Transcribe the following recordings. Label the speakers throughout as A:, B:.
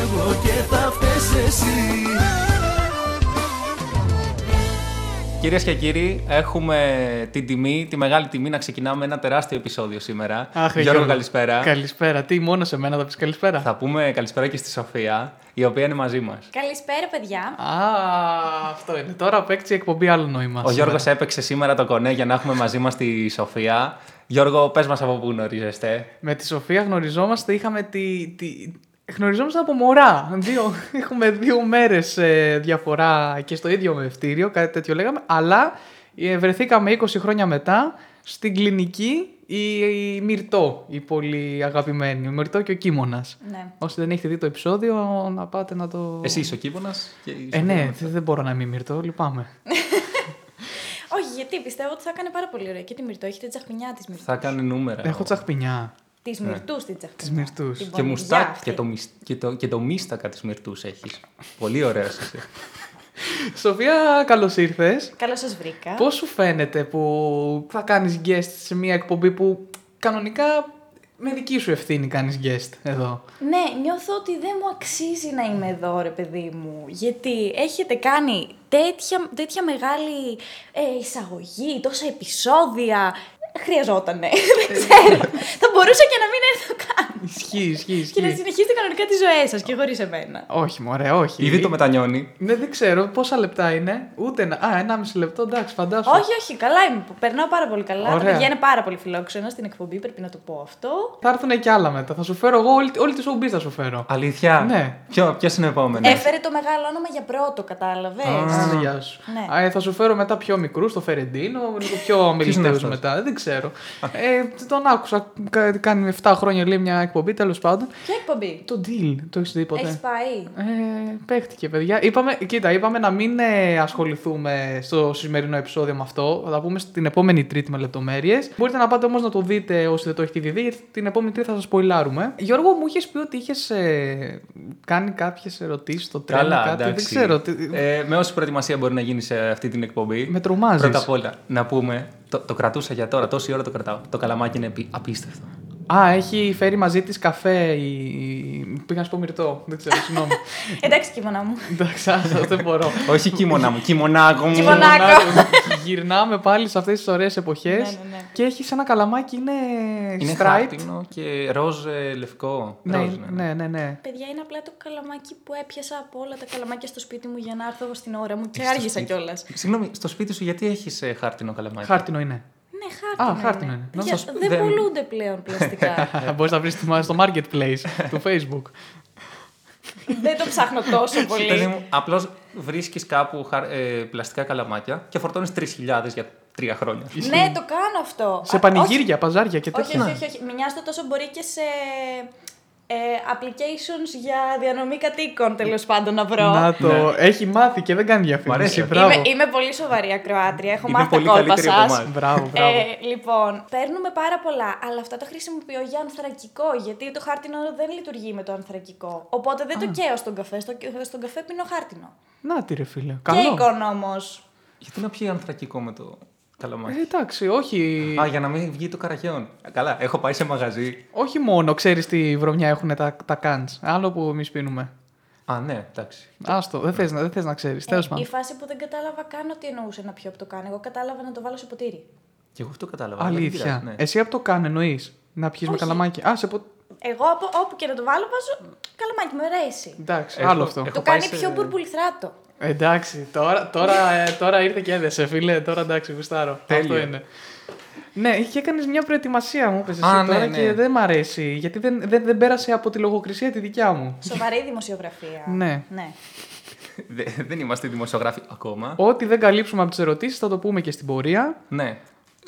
A: εγώ και θα φταίς εσύ
B: Κυρίες και κύριοι, έχουμε την τιμή, τη μεγάλη τιμή να ξεκινάμε ένα τεράστιο επεισόδιο σήμερα.
C: Αχ, ρε
B: Γιώργο, καλησπέρα.
C: Καλησπέρα. Τι, μόνος σε μένα θα πεις καλησπέρα.
B: Θα πούμε καλησπέρα και στη Σοφία, η οποία είναι μαζί μας.
D: Καλησπέρα, παιδιά.
C: Α, αυτό είναι. Τώρα παίξει η εκπομπή άλλο νόημα.
B: Ο
C: σήμερα.
B: Γιώργο έπαιξε σήμερα το κονέ για να έχουμε μαζί μας τη Σοφία. Γιώργο, πες μας από πού γνωρίζεστε.
C: Με τη Σοφία γνωριζόμαστε, είχαμε τη. τη... Γνωριζόμαστε από μωρά. Δύο, έχουμε δύο μέρες διαφορά και στο ίδιο μευτήριο, κάτι τέτοιο λέγαμε. Αλλά ε, βρεθήκαμε 20 χρόνια μετά στην κλινική η, η Μυρτό, η πολύ αγαπημένη. Η Μυρτό και ο Κίμωνας.
D: Ναι.
C: Όσοι δεν έχετε δει το επεισόδιο, να πάτε να το.
B: Εσύ είσαι ο Κίπονα και η
C: Ε,
B: Σοφία
C: ναι,
B: είναι.
C: δεν δεν μπορώ να μην μυρτώ, λυπάμαι.
D: Όχι, γιατί πιστεύω ότι θα έκανε πάρα πολύ ωραία. Και τη Μυρτό έχει την τσαχμινιά τη Μυρτού.
B: Θα κάνει νούμερα.
C: Έχω τσαχπινιά.
D: Της Μυρτού στην τσαχμινιά.
C: Της Μυρτούς.
D: Την
B: Και,
D: πονηριά
B: μουστά,
D: αυτή.
B: και, το, μισ- και, το, και το μίστακα της μυρτούς έχεις. Πολύ ωραίο εσύ.
C: Σοφία, καλώς ήρθες.
D: Καλώς σας βρήκα.
C: Πώς σου φαίνεται που θα κάνεις guest σε μια εκπομπή που κανονικά με δική σου ευθύνη κάνεις guest εδώ.
D: Ναι, νιώθω ότι δεν μου αξίζει να είμαι εδώ, ρε παιδί μου. Γιατί έχετε κάνει τέτοια, τέτοια μεγάλη ε, εισαγωγή, τόσα επεισόδια. Χρειαζότανε.
B: Ε.
D: δεν ξέρω. θα μπορούσα και να μην έρθω καν.
C: Ισχύει, ισχύει,
D: Και να
C: ισχύει.
D: συνεχίσετε κανονικά τη ζωή σας και χωρίς εμένα.
C: όχι, μωρέ, όχι.
B: Ήδη το μετανιώνει.
C: Ναι, δεν ξέρω πόσα λεπτά είναι. Ούτε. ένα- Α, 1,5 λεπτό, εντάξει, φαντάσου.
D: Όχι, όχι, καλά είμαι. Περνάω πάρα πολύ καλά. Τα
C: Ωραία.
D: παιδιά είναι πάρα πολύ φιλόξενα στην εκπομπή, πρέπει να το πω αυτό.
C: Θα έρθουν και άλλα μετά. Θα σου φέρω εγώ όλη, όλη τη showbiz θα σου φέρω.
B: Αλήθεια.
C: Ναι.
B: Ποιο ποιος είναι ο επόμενος.
D: Έφερε το μεγάλο όνομα για πρώτο, κατάλαβες.
B: Ναι. Α.
C: Άντε, γεια σου.
D: Ναι.
C: Α, ε, θα σου φέρω μετά πιο μικρούς, το Φερεντίνο, λίγο πιο
B: είναι
C: μιλητέου
B: αυτός?
C: μετά. Δεν ξέρω. ε, τον άκουσα. κα- Κάνει 7 χρόνια λέει μια εκπομπή, τέλος πάντων.
D: Ποια εκπομπή.
C: Το deal, το έχεις δει
D: Έχει
C: ποτέ.
D: πάει.
C: Ε, παίχτηκε, παιδιά. Είπαμε, κοίτα, είπαμε να μην ε, ασχοληθούμε στο σημερινό επεισόδιο με αυτό. Θα τα πούμε στην επόμενη Τρίτη με λεπτομέρειες. Μπορείτε να πάτε όμως να το δείτε όσοι δεν το έχετε δει, γιατί την επόμενη Τρίτη θα σας σποϊλάρουμε. Γιώργο, μου είχες πει ότι είχες κάνει κάποιες ερωτήσεις στο τρένο.
B: Καλά,
C: κάτι,
B: εντάξει.
C: Δεν ξέρω. τι-
B: Ε, με όση προετοιμασία μπορεί να γίνει σε αυτή την εκπομπή.
C: Με τρομάζεις.
B: Πρώτα απ' όλα, να πούμε. Το, το κρατούσα για τώρα, τόση ώρα το κρατάω. Το καλαμάκι είναι επί- απίστευτο.
C: Α, έχει φέρει μαζί της καφέ. Η... η- Πήγα να σου πω μυρτό. Δεν ξέρω, συγγνώμη.
D: Εντάξει, κύμωνα μου.
C: Εντάξει, άστο, δεν μπορώ.
B: Όχι κίμωνα μου, κίμωνάκο μου.
D: Κίμωνάκο.
C: Γυρνάμε πάλι σε αυτές τις ωραίες εποχές.
D: Ναι, ναι, ναι.
C: Και έχει ένα καλαμάκι, είναι,
B: Είναι
C: striped.
B: χάρτινο και ροζ ε, λευκό.
C: Ναι,
B: Ροζ,
C: ναι, ναι, ναι.
D: Παιδιά, είναι απλά το καλαμάκι που έπιασα από όλα τα καλαμάκια στο σπίτι μου για να έρθω στην ώρα μου και
B: Έχεις το
D: άργησα
B: σπίτι.
D: κιόλας.
B: Συγγνώμη, στο σπίτι σου γιατί έχεις χάρτινο καλαμάκι.
C: Χάρτινο είναι.
D: Ναι, χάρτινο.
C: Α, χάρτινο είναι.
D: Παιδιά,
B: Να σας πω,
D: δεν
B: δεν-
D: πουλούνται πλέον πλαστικά.
C: Μπορείς να βρεις στο marketplace
D: Ναι.
C: του Facebook.
D: δεν το ψάχνω τόσο
B: Παιδί
D: πολύ.
B: μου, απλώς βρίσκεις κάπου χα- ε, πλαστικά καλαμάκια και φορτώνεις 3.000 για τρία χρόνια.
C: Ε.
D: ναι, το κάνω αυτό.
C: σε
D: Α, όχι-
C: πανηγύρια, παζάρια και
D: Όχι,
C: τέτοια.
D: όχι, όχι, όχι. Μοιάζει το τόσο μπορεί και σε ε, applications για διανομή κατοίκων τέλος πάντων να βρω.
C: Να το. Έχει μάθει και δεν κάνει διαφήμιση.
B: αρέσει.
C: Μπράβο.
D: Ναι. Είμαι, είμαι πολύ σοβαρή ακροάτρια. Έχω
B: Είμαι
D: μάθει τα
B: πολύ
D: κόλπα
B: καλύτερη από
D: σας.
B: εμάς.
C: Μπράβο, μπράβο.
D: Ε, λοιπόν, παίρνουμε πάρα πολλά, αλλά αυτά τα χρησιμοποιώ για ανθρακικό, γιατί το χάρτινο δεν λειτουργεί με το ανθρακικό. Οπότε δεν το καίω στον καφέ. Στο, στον καφέ πίνω χάρτινο.
C: Να τη ρε φίλε.
D: Και
C: Καλό.
D: εικόν όμως.
B: γιατί να πιει ανθρακικό με το καλαμάκι.
C: Ε, εντάξει, όχι.
B: Α, για να μην βγει το καραχαίον. Καλά, έχω πάει σε μαγαζί.
C: Όχι μόνο ξέρεις τι βρωμιά έχουν τα, τα cans. Άλλο που εμείς πίνουμε.
B: Α, ναι, εντάξει.
C: Άστο, δεν θες να, δεν θες να ξέρεις.
D: Ε,
C: Τέλος
D: η
C: πάντων.
D: φάση που δεν κατάλαβα καν ότι εννοούσε να πιω από το κάνει. Εγώ κατάλαβα να το βάλω σε ποτήρι.
B: Και εγώ αυτό κατάλαβα. αλλά δεν
C: Αλήθεια. Ε.
B: πειράζει, ναι.
C: Εσύ από το καν εννοείς. Να πιεις με
D: Όχι.
C: καλαμάκι. Α, σε πο...
D: Εγώ από όπου και να το βάλω, βάζω καλαμάκι, μου αρέσει.
C: Εντάξει,
B: Έχω-
C: άλλο αυτό.
B: έχω
D: Το
B: πάει
D: κάνει
B: σε-
D: πιο μπουρμπουλιθράτο.
C: Εντάξει, τώρα, τώρα, ε, τώρα ήρθε και έδεσε, φίλε. Τώρα εντάξει, γουστάρω. Αυτό
B: Τέλεια.
C: είναι. Ναι, είχε κάνει μια προετοιμασία μου, πες εσύ
B: Α, ναι,
C: τώρα
B: ναι.
C: και δεν μ' αρέσει. Γιατί δεν, δεν, δεν πέρασε από τη λογοκρισία τη δικιά μου.
D: Σοβαρή δημοσιογραφία.
C: Ναι.
D: ναι.
B: Δε- Δεν είμαστε δημοσιογράφοι ακόμα.
C: Ό,τι δεν καλύψουμε από τις ερωτήσεις θα το πούμε και στην πορεία.
B: Ναι.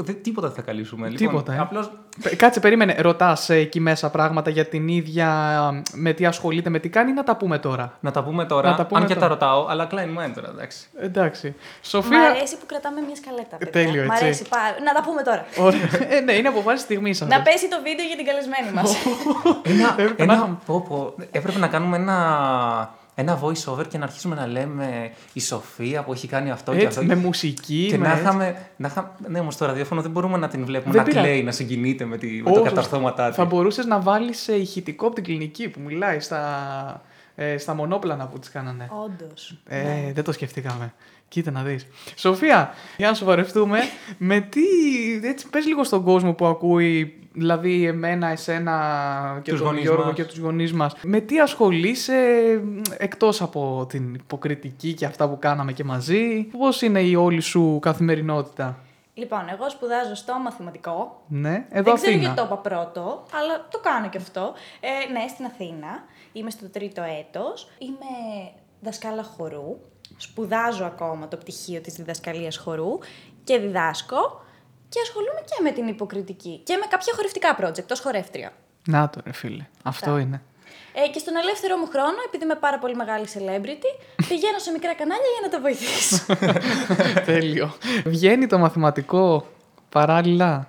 B: Δε- τίποτα δεν θα καλύψουμε.
C: Τίποτα, ε.
B: Λοιπόν, απλώς
C: Πε- Κάτσε, περίμενε. Ρωτάς εκεί μέσα πράγματα για την ίδια. μ, με τι ασχολείται, με τι κάνει, να τα πούμε τώρα.
B: να τα πούμε τώρα.
C: Να τα πούμε
B: αν και
C: τώρα.
B: τα ρωτάω, αλλά Klein Mind τώρα, εντάξει.
C: Εντάξει.
D: Μ'
C: Σοφία.
D: αρέσει που κρατάμε μια σκαλέτα. παιδιά.
C: Ε, Τέλειο,
D: Μ'
C: έτσι.
D: αρέσει πάρα. Να τα πούμε τώρα.
C: Ωραία. Ε, ναι, είναι αποφάσει στιγμή
D: Να πέσει το βίντεο για την καλεσμένη μας.
B: Ένα,
C: Έπρεπε Ε, να
B: ένα,
C: είχαμε.
B: πω, πω, έπρεπε να κάνουμε ένα, ένα voice over και να αρχίσουμε να λέμε η Σοφία που έχει κάνει αυτό και
C: Έτσι,
B: αυτό.
C: με μουσική.
B: και
C: με
B: να
C: έτσι.
B: είχαμε. Να είχα, ναι, όμως το ραδιόφωνο δεν μπορούμε να την βλέπουμε
C: Δεν
B: να
C: πειράζει.
B: κλαίει, να συγκινείται με, τη, με τα
C: Όσο-
B: καταρθώματά της.
C: ε, Θα μπορούσες να βάλεις ηχητικό από την κλινική που μιλάει στα. ε, στα μονόπλανα που τις κάνανε.
D: Όντως.
B: Ναι.
C: Ε, δεν το σκεφτήκαμε. Κοίτα να δεις. Σοφία, για να σοβαρευτούμε, με τι... Έτσι, πες λίγο στον κόσμο που ακούει, δηλαδή εμένα, εσένα και
B: Τους
C: τον
B: γονείς
C: Γιώργο
B: μας.
C: και τους γονείς μας. Με τι ασχολείσαι μ, εκτός από την υποκριτική και αυτά που κάναμε και μαζί. Πώς είναι η όλη σου καθημερινότητα.
D: Λοιπόν, εγώ σπουδάζω στο μαθηματικό.
C: Ναι, εδώ
D: δεν ξέρω
C: Αθήνα.
D: γιατί το είπα πρώτο, αλλά το κάνω και αυτό. Ε, ναι, στην Αθήνα. Είμαι στο τρίτο έτος. Είμαι δασκάλα χορού. Σπουδάζω ακόμα το πτυχίο της διδασκαλίας χορού και διδάσκω. Και ασχολούμαι και με την υποκριτική και με κάποια χορευτικά project ως χορεύτρια.
C: Να το ρε φίλε, αυτό
D: Αυτά.
C: είναι.
D: Ε, και στον ελεύθερο μου χρόνο, επειδή είμαι πάρα πολύ μεγάλη celebrity, πηγαίνω σε μικρά κανάλια για να τα βοηθήσω.
C: Τέλειο. Βγαίνει το μαθηματικό παράλληλα.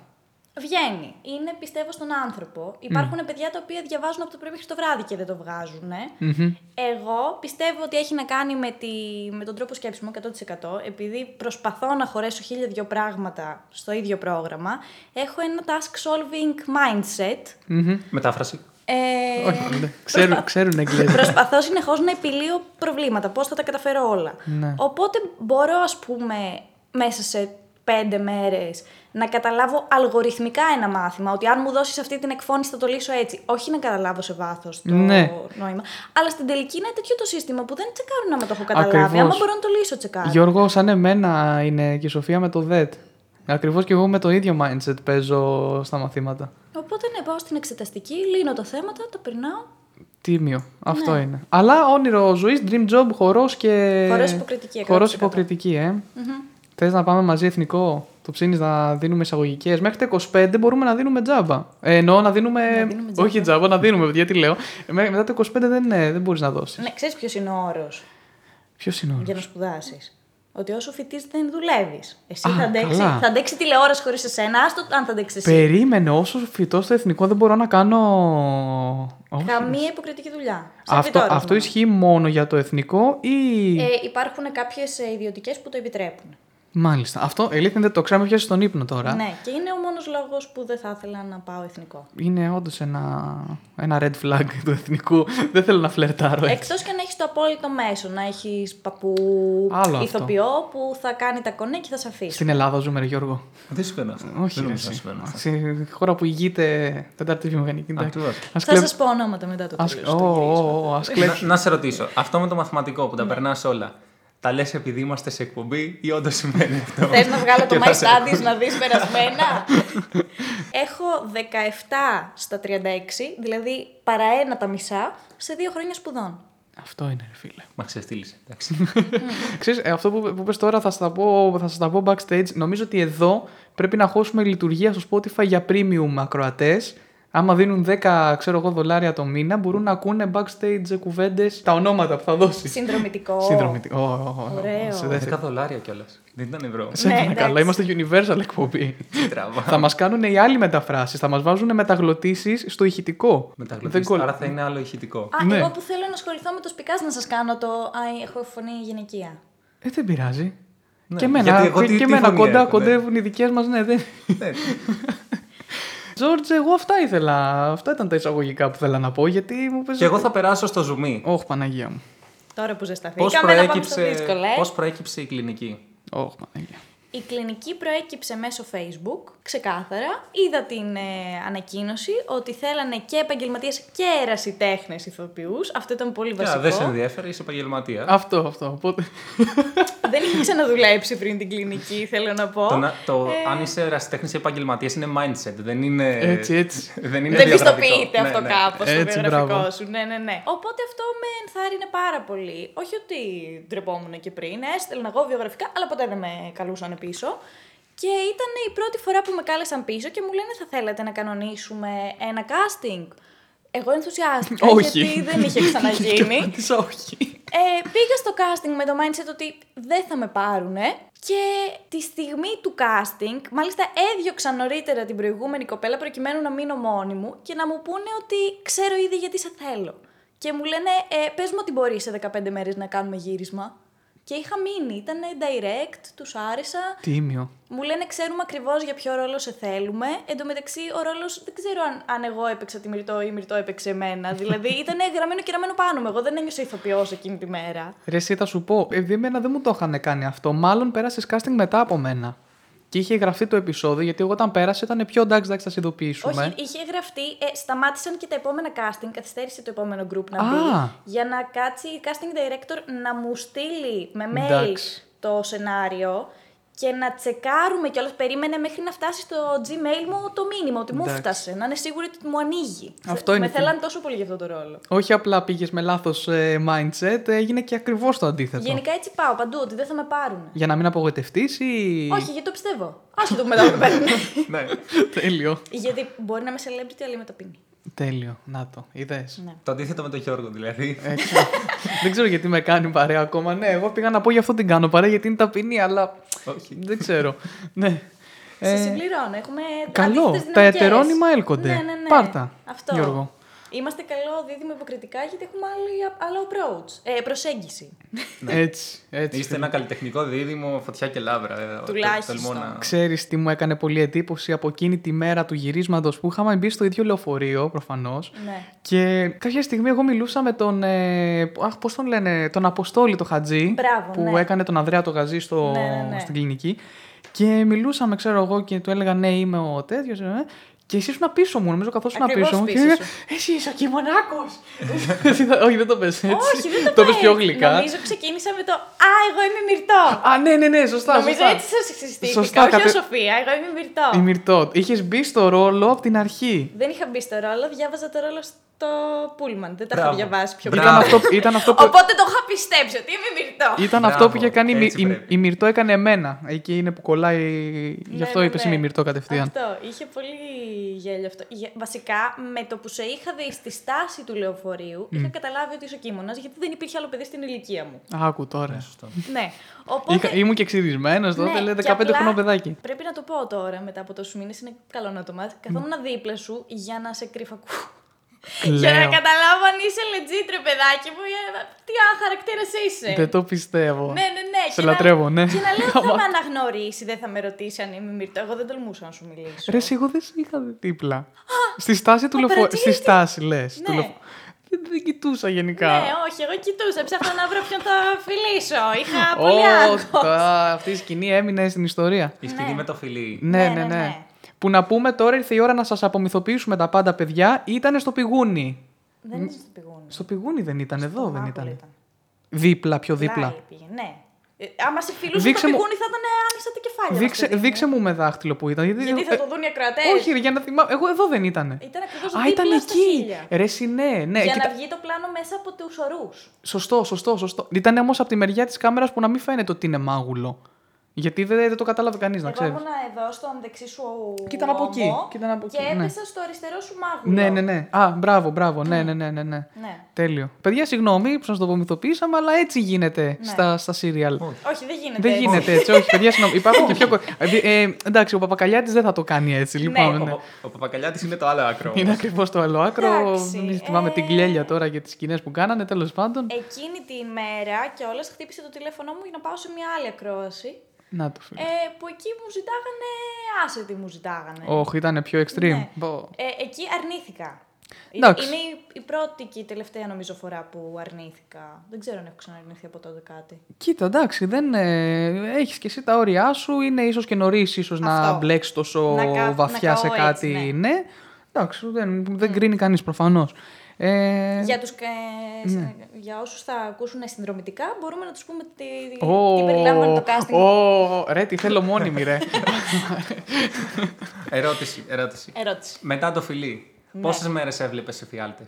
D: Βγαίνει. Είναι, πιστεύω, στον άνθρωπο. Υπάρχουν παιδιά τα οποία διαβάζουν από το πρωί μέχρι το βράδυ και δεν το βγάζουν. ε.
C: Μμμ.
D: Εγώ πιστεύω ότι έχει να κάνει με, τη... με τον τρόπο σκέψη μου 100%. Επειδή προσπαθώ να χωρέσω χίλια δυο πράγματα στο ίδιο πρόγραμμα, έχω ένα task solving mindset.
C: Μμμ.
B: Μετάφραση.
D: Ε,
C: Όχι, ναι. ξέρουν, ξέρουν εγγλές.
D: Προσπαθώ συνεχώς να επιλύω προβλήματα, πώς θα τα καταφέρω όλα.
C: Ναι.
D: Οπότε μπορώ, ας πούμε, μέσα σε πέντε μέρες να καταλάβω αλγοριθμικά ένα μάθημα. Ότι αν μου δώσεις αυτή την εκφώνηση θα το λύσω έτσι. Όχι να καταλάβω σε βάθος το
C: Ναι.
D: νόημα. Αλλά στην τελική είναι τέτοιο το σύστημα που δεν τσεκάρουν άμα το έχω καταλάβει.
C: Ακριβώς.
D: Άμα μπορώ να το λύσω, τσεκάρω.
C: Γιώργος, σαν εμένα είναι και η Σοφία με το ΔΕΤ. Ακριβώς και εγώ με το ίδιο mindset παίζω στα μαθήματα.
D: Οπότε ναι, πάω στην εξεταστική, λύνω τα θέματα, τα περνάω.
C: Τίμιο. Αυτό
D: Ναι.
C: είναι. Αλλά όνειρο ζωής, dream job, χορός και.
D: Χορός υποκριτική,
C: Χορός
D: 100%.
C: υποκριτική, ε. Θες να πάμε μαζί εθνικό, το ψήνεις να δίνουμε εισαγωγικές. Μέχρι τα 25 μπορούμε να δίνουμε τζάμπα. Ε, εννοώ να δίνουμε.
D: Να δίνουμε τζάμπα.
C: Όχι τζάμπα, να δίνουμε, γιατί λέω. Ε, με- μετά τα 25 δεν, ε, δεν μπορείς να δώσεις.
D: Ναι, ξέρεις ποιος είναι ο όρος.
C: Ποιος είναι ο
D: για
C: όρος?
D: να σπουδάσεις. Ότι όσο φοιτής δεν δουλεύεις. Εσύ
C: Α,
D: θα, αντέξει,
C: καλά.
D: θα αντέξει τηλεόραση χωρίς εσένα, άστο αν θα αντέξει εσύ.
C: Περίμενε, όσο φοιτώ στο εθνικό δεν μπορώ να κάνω. Όχι.
D: Καμία υποκριτική δουλειά. Σαν ναι.
C: Αυτό,
D: φυτόρος
C: αυτό
D: μόνο.
C: ισχύει μόνο για το εθνικό ή.
D: Ε, υπάρχουν κάποιες ιδιωτικές που το επιτρέπουν. Μάλιστα.
C: Μάλιστα. Αυτό ελίθεν δεν το ξέρω, με πιάσεις στον ύπνο τώρα.
D: Ναι, και είναι ο μόνος λόγος που δεν θα ήθελα να πάω εθνικό.
C: Είναι όντως ένα, ένα red flag του εθνικού. δεν θέλω να φλερτάρω. έτσι.
D: Εκτός και να έχεις το απόλυτο μέσο, να έχεις παππού
C: Άλλο αυτό.
D: ηθοποιό που θα κάνει τα κονέ και θα σε αφήσει.
C: Στην Ελλάδα ζούμε, ρε Γιώργο.
B: Δεν σου φαίνεται αυτό.
C: Όχι,
B: Δεν
C: ρε,
B: νομίζω να
C: εσύ.
B: σου φαίνεται αυτό.
C: Στη χώρα που ηγείται τετάρτη βιομηχανική. εντάξει.
B: Ακριβώς.
C: Ας
D: Θα
C: κλέβ-
D: σας πω ονόματα μετά το
C: ας-
D: τέλο.
C: Ω, ω, ω, ας κλέβ-
B: Ε, Να, να σε ρωτήσω, αυτό με το μαθηματικό που τα περνάς όλα, τα λες επειδή είμαστε σε εκπομπή ή όντως συμβαίνει αυτό.
C: Ε,
D: Θες να βγάλω το
B: Και
D: My
B: θα σε-
D: Studies να δεις περασμένα. Έχω 17 στα 36, δηλαδή παρά ένα τα μισά, σε δύο χρόνια σπουδών.
C: Αυτό είναι, ρε φίλε.
B: Μα ξεστήλησε. εντάξει.
C: Ξέρεις, ε, αυτό που, που πες τώρα θα σας, τα πω, θα σας τα πω backstage. Νομίζω ότι εδώ πρέπει να χώσουμε λειτουργία στο Spotify για premium ακροατές. Άμα δίνουν 10 ξέρω εγώ, δολάρια το μήνα, μπορούν να ακούνε backstage κουβέντες τα ονόματα που θα δώσει.
D: Συνδρομητικό.
C: Συνδρομητικό. Ω, ω, ω,
D: Ωραίο.
C: σε δεύτερη.
B: 10 δολάρια κιόλας. Δεν ήταν ευρώ.
C: Σε
D: Ναι,
C: έκανα
D: εντάξει.
C: καλά, είμαστε universal εκπομπή.
B: Τι τραβά.
C: Ε, θα μας κάνουν οι άλλοι μεταφράσεις, θα μας βάζουν μεταγλωτήσεις στο ηχητικό.
B: Μεταγλωτής,
C: κολλ-
B: άρα θα είναι άλλο ηχητικό.
D: Α,
C: Ναι.
D: εγώ που θέλω να ασχοληθώ με το σπικάζ να σας κάνω το. Α, έχω φωνή γυναικεία.
C: Ε, δεν πειράζει.
B: Ναι,
C: και εμένα,
B: γιατί εγώ
C: και-
B: τι-
C: και
B: τι
C: εμένα
B: φωνή
C: κοντά
B: έχω, ναι.
C: κοντεύουν οι δικές μας, ναι. Δεν...
B: Ναι.
C: Τζόρτζ, εγώ αυτά ήθελα. Αυτά ήταν τα εισαγωγικά που θέλω να πω, γιατί μου πες...
B: Και εγώ θα περάσω στο ζουμί.
C: Όχι, Παναγία μου.
D: Τώρα που ζεσταθήκαμε,
B: Πώς
D: να πάμε στο
B: προέκυψε,
D: δύσκολο, ε.
B: πώς προέκυψε η κλινική.
C: Όχι, Παναγία.
D: Η κλινική προέκυψε μέσω Facebook, ξεκάθαρα. Είδα την ε, ανακοίνωση ότι θέλανε και επαγγελματίες και ερασιτέχνες ηθοποιούς. Αυτό ήταν πολύ
B: Και, α,
D: βασικό.
B: Δεν σε ενδιαφέρει, είσαι επαγγελματία.
C: Αυτό, αυτό. Οπότε...
D: Δεν είχε ξαναδουλέψει πριν την κλινική, θέλω να πω.
B: Το,
C: ε.
B: να- το αν είσαι ερασιτέχνης ή επαγγελματίας είναι mindset. Δεν είναι.
C: Έτσι, έτσι.
B: Δεν, είναι
D: Δεν
B: βιογραφικό.
D: πιστοποιείται
B: Ναι,
D: αυτό
B: ναι.
D: κάπως κάπω
C: Έτσι,
D: στο
C: μπράβο.
D: βιογραφικό σου. Ναι, ναι, ναι. Οπότε αυτό με ενθάρρυνε πάρα πολύ. Όχι ότι ντρεπόμουν και πριν, έστελνα εγώ βιογραφικά, αλλά ποτέ δεν με καλούσαν πίσω. Και ήταν η πρώτη φορά που με κάλεσαν πίσω και μου λένε θα θέλατε να κανονίσουμε ένα casting. Εγώ ενθουσιάστηκα
C: Όχι.
D: Ε, γιατί δεν είχε
C: Και
D: ξαναγίνει.
C: απάντησα όχι.
D: Ε, πήγα στο casting με το mindset ότι δεν θα με πάρουνε και τη στιγμή του casting, μάλιστα έδιωξα νωρίτερα την προηγούμενη κοπέλα προκειμένου να μείνω μόνη μου και να μου πούνε ότι ξέρω ήδη γιατί σε θέλω. Και μου λένε, ε, πες μου ότι μπορείς σε 15 μέρες να κάνουμε γύρισμα. Και είχα μείνει. Ήταν direct, του άρεσα.
C: Τίμιο.
D: Μου λένε ξέρουμε ακριβώς για ποιο ρόλο σε θέλουμε. Εν τω μεταξύ, ο ρόλος δεν ξέρω αν, αν εγώ έπαιξα τη Μυρτό ή η Μυρτό έπαιξε εμένα. δηλαδή, ήταν γραμμένο και γραμμένο πάνω μου. Εγώ δεν ένιωσα ηθοποιός εκείνη τη μέρα.
C: Ρε, εσύ θα σου πω, επειδή εμένα δεν μου το είχαν κάνει αυτό, μάλλον πέρασες casting μετά από μένα. Και είχε γραφτεί το επεισόδιο, γιατί εγώ όταν πέρασε ήταν πιο εντάξει, εντάξει, θα σε ειδοποιήσουμε.
D: Όχι, είχε γραφτεί, ε, σταμάτησαν και τα επόμενα casting, καθυστέρησε το επόμενο group να
C: Α.
D: μπει. Για να κάτσει η casting director να μου στείλει με mail
C: Εντάξει.
D: το σενάριο και να τσεκάρουμε κιόλας. Περίμενε μέχρι να φτάσει στο Gmail μου το μήνυμα ότι μου
C: Εντάξει.
D: φτάσε. Να είναι σίγουρη ότι μου ανοίγει.
C: Αυτό
D: με
C: είναι
D: Με θέλαν τόσο πολύ για αυτό το ρόλο.
C: Όχι απλά πήγες με λάθος mindset, έγινε και ακριβώς το αντίθετο.
D: Γενικά έτσι πάω παντού, ότι δεν θα με πάρουν.
C: Για να μην απογοητευτείς ή.
D: Όχι, γιατί το πιστεύω. Άσχετο που μετά με παίρνουν.
B: ναι.
C: Τέλειο.
D: γιατί μπορεί να είμαι celebrity, αλλά είμαι ταπεινή.
C: Τέλειο. Να το. Είδε.
D: Ναι.
B: Το αντίθετο με τον Γιώργο δηλαδή.
C: δεν ξέρω γιατί με κάνει παρέα ακόμα. Ναι, εγώ πήγα να πω για αυτό την κάνω παρέα γιατί είναι ταπεινή, αλλά.
B: Όχι.
C: δεν ξέρω. ναι.
D: Σε
C: Ε,
D: συμπληρώνω. Έχουμε
C: καλό.
D: αντίθετες
C: Τα
D: δυναμικές.
C: ετερόνυμα έλκονται.
D: Ναι, ναι, ναι.
C: Πάρτα,
D: Αυτό.
C: Γιώργο.
D: Είμαστε καλό δίδυμο υποκριτικά γιατί έχουμε άλλη, άλλο approach. Ε, προσέγγιση.
C: Έτσι. έτσι
B: Ναι. Είστε ένα καλλιτεχνικό δίδυμο φωτιά και λάβρα. ε, τε-
D: Τουλάχιστον.
B: τολμώ να-
C: Ξέρεις τι μου έκανε πολύ εντύπωση από εκείνη τη μέρα του γυρίσματος που είχαμε μπει στο ίδιο λεωφορείο προφανώς
D: ναι.
C: και κάποια στιγμή εγώ μιλούσα με τον, ε, αχ πώς τον λένε, τον Αποστόλη το Χατζή
D: Μπράβο,
C: που
D: ναι.
C: έκανε τον Ανδρέα το Γαζί στο,
D: Ναι, ναι, ναι.
C: στην κλινική και μιλούσαμε ξέρω εγώ και του έλεγα ναι είμαι ο τέτοιος ε, και εσύ ήσουν πίσω μου, νομίζω καθώς ήσουν
D: Ακριβώς
C: πίσω μου. και
D: πίσω
C: έλεγα,
D: σου.
C: Εσύ είσαι ο Κιμωνάκος. Εσύ θα- Όχι, δεν το πες έτσι.
D: Όχι, δεν
C: το
D: το,
C: πες
D: είπα
C: πιο
D: έτσι.
C: γλυκά.
D: Νομίζω ξεκίνησα με το Α, εγώ είμαι μυρτό.
C: Α, ναι, ναι, ναι, σωστά.
D: Νομίζω
C: σωστά.
D: έτσι σας συστήθηκα.
C: Σωστά,
D: Όχι ο
C: κατε-
D: Σοφία, εγώ είμαι μυρτό.
C: Η Μυρτότ. Είχες μπει στο ρόλο από την αρχή.
D: Δεν είχα μπει στο ρόλο, διάβαζα το ρόλο στο Πούλμαν. Δεν τα είχα
B: Μπράβο.
D: διαβάσει πιο
B: Μπράβο.
C: Ήταν
D: πριν.
C: αυτό, ήταν αυτό που,
D: Οπότε το είχα πιστέψει ότι είμαι μυρτό.
C: ήταν
B: Μπράβο,
C: αυτό που είχε κάνει η, Μυ-
B: έτσι
C: η-
B: πρέπει.
C: η Μυρτό, έκανε εμένα. Εκεί είναι που κολλάει. γι'
D: Ναι,
C: αυτό
D: ναι,
C: είπες
D: ναι.
C: η Μυρτό κατευθείαν.
D: Αυτό. Είχε πολύ γέλιο αυτό. Γε- Βασικά, με το που σε είχα δει στη στάση του λεωφορείου, είχα καταλάβει ότι είσαι ο Κίμωνας, γιατί δεν υπήρχε άλλο παιδί στην ηλικία μου.
C: Άκου τώρα.
B: Σωστό.
D: ναι. Οπότε.
C: Είχα, ήμουν και εξειδισμένος τότε,
D: Ναι,
C: λέει
D: και
C: 15 χρονών
D: απλά
C: παιδάκι.
D: Πρέπει να το πω τώρα μετά από τόσους μήνες, είναι καλό να το μάθεις. Καθόμουν δίπλα σου για να σε κρυφακούω. Για να
C: Κλαίω.
D: καταλάβω αν είσαι legit, ρε παιδάκι μου, για- τι αν χαρακτήρας είσαι.
C: Δεν το πιστεύω.
D: Ναι, ναι, ναι.
C: Σε
D: και να-
C: λατρεύω, ναι.
D: Και να λέω δεν θα
C: Γαμάτο.
D: με αναγνωρίσει, δεν θα με ρωτήσει αν είμαι μυρτό. Εγώ δεν τολμούσα να σου μιλήσω.
C: Ρε, εσύ, εγώ δεν σε είχα δει δίπλα. Στη στάση του
D: μα
C: λεωφορείου. Στη
D: παρατηρείτε.
C: στάση, λες.
D: Ναι.
C: Δεν, δεν κοιτούσα γενικά.
D: Ναι, όχι, εγώ κοιτούσα. Ψάχνα να βρω ποιον θα φιλήσω. Είχα πολύ άγχος.
C: τα- αυτή η σκηνή έμεινε στην ιστορία.
B: Η σκηνή με το φιλί.
C: Ναι,
D: Ναι,
C: ναι, ναι.
D: ναι, ναι.
C: Που να πούμε τώρα ήρθε η ώρα να σας απομυθοποιήσουμε τα πάντα, παιδιά. Ήταν στο πηγούνι.
D: Δεν είναι στο πηγούνι.
C: Στο πηγούνι δεν ήταν, εδώ δεν
D: Μάκουλα
C: ήταν. Δίπλα, πιο δίπλα.
D: Πλάι πήγε, ναι. Ε, άμα σε φιλούσε το
C: Δείξε μου-
D: πηγούνι θα ήταν άνοισα τα κεφάλια. μας,
C: Δείξε,
D: παιδί μου.
C: δείξε μου με δάχτυλο που ήταν. Γιατί,
D: Γιατί
C: ε,
D: θα το δουν οι ακροατές.
C: Όχι, ρε, για να θυμάμαι. Εγώ εδώ δεν ήταν.
D: Ήταν ακριβώς
C: Α, ήταν
D: δίπλα στα
C: εκεί.
D: χείλια.
C: Ρε, συ, ναι, ναι.
D: Για
C: κοίτα-
D: να βγει το πλάνο μέσα από τους ορούς.
C: Σωστό, σωστό, σωστό. Ήταν όμως από τη μεριά της κάμερας που να μην φαίνεται ότι είναι μάγουλο. Γιατί δεν, δεν το κατάλαβε κανείς, να
D: Εγώ
C: ξέρεις.
D: ήμουν εδώ στον δεξί σου.
C: Και ήταν από εκεί,
D: ώμο
C: και ήταν από
D: και
C: εκεί, ναι.
D: έπεσα στο αριστερό σου μάγουλο.
C: Ναι, ναι, ναι. Α, μπράβο, μπράβο. Ναι, ναι, ναι, ναι. ναι.
D: Ναι.
C: Τέλειο. Παιδιά, συγγνώμη που σας το απομυθοποιήσαμε, αλλά έτσι γίνεται στα, στα serial.
D: Ναι. Όχι, δεν γίνεται.
C: Δεν
D: έτσι.
C: γίνεται έτσι, όχι, παιδιά, συγγνώμη. Υπάρχουν και πιο. κο- Ε, ε, εντάξει, ο Παπακαλιάτης δεν θα το κάνει έτσι, λυπάμαι.
B: Ο,
C: ναι.
B: ο, ο Παπακαλιάτης είναι το άλλο άκρο.
C: Είναι ακριβώς το άλλο άκρο.
D: Εντάξει,
C: Μην θυμάμαι
D: ε.
C: την κλέλια τώρα για τις σκηνές που κάνανε, τέλος πάντων.
D: Εκείνη τη μέρα και όλας χτύπησε το τηλέφωνό μου για να πάω σε μια άλλη ακρόαση.
C: Να το φίλο.
D: Ε, που εκεί μου ζητάγανε. Άσε τι μου ζητάγανε.
C: Όχι, ήταν πιο extreme.
D: Ναι.
C: Μπο.
D: Ε, εκεί αρνήθηκα.
C: Εντάξει.
D: Είναι η, η πρώτη και η τελευταία νομίζω φορά που αρνήθηκα. Δεν ξέρω αν έχω ξαναρνηθεί από τότε κάτι.
C: Κοίτα, εντάξει, δεν. Ε, Έχεις και εσύ τα όρια σου. Είναι ίσως και νωρίς ίσως να
D: Αυτό.
C: μπλέξεις τόσο
D: Να κα-
C: βαθιά
D: να
C: σε
D: καώ
C: κάτι.
D: έτσι, Ναι.
C: ναι. Εντάξει, δεν, δεν κρίνει κανείς προφανώς. Ε, Ναι.
D: Για, τους, ε, σε- για όσους θα ακούσουν συνδρομητικά, μπορούμε να τους πούμε τι,
C: Ω,
D: τι περιλάμβανε το casting.
C: ω, ρε, τι θέλω μόνιμη, ρε.
B: ερώτηση, ερώτηση.
D: Ερώτηση.
B: Μετά το φιλί.
D: Ναι.
B: Πόσες μέρες έβλεπες σε φιάλτες.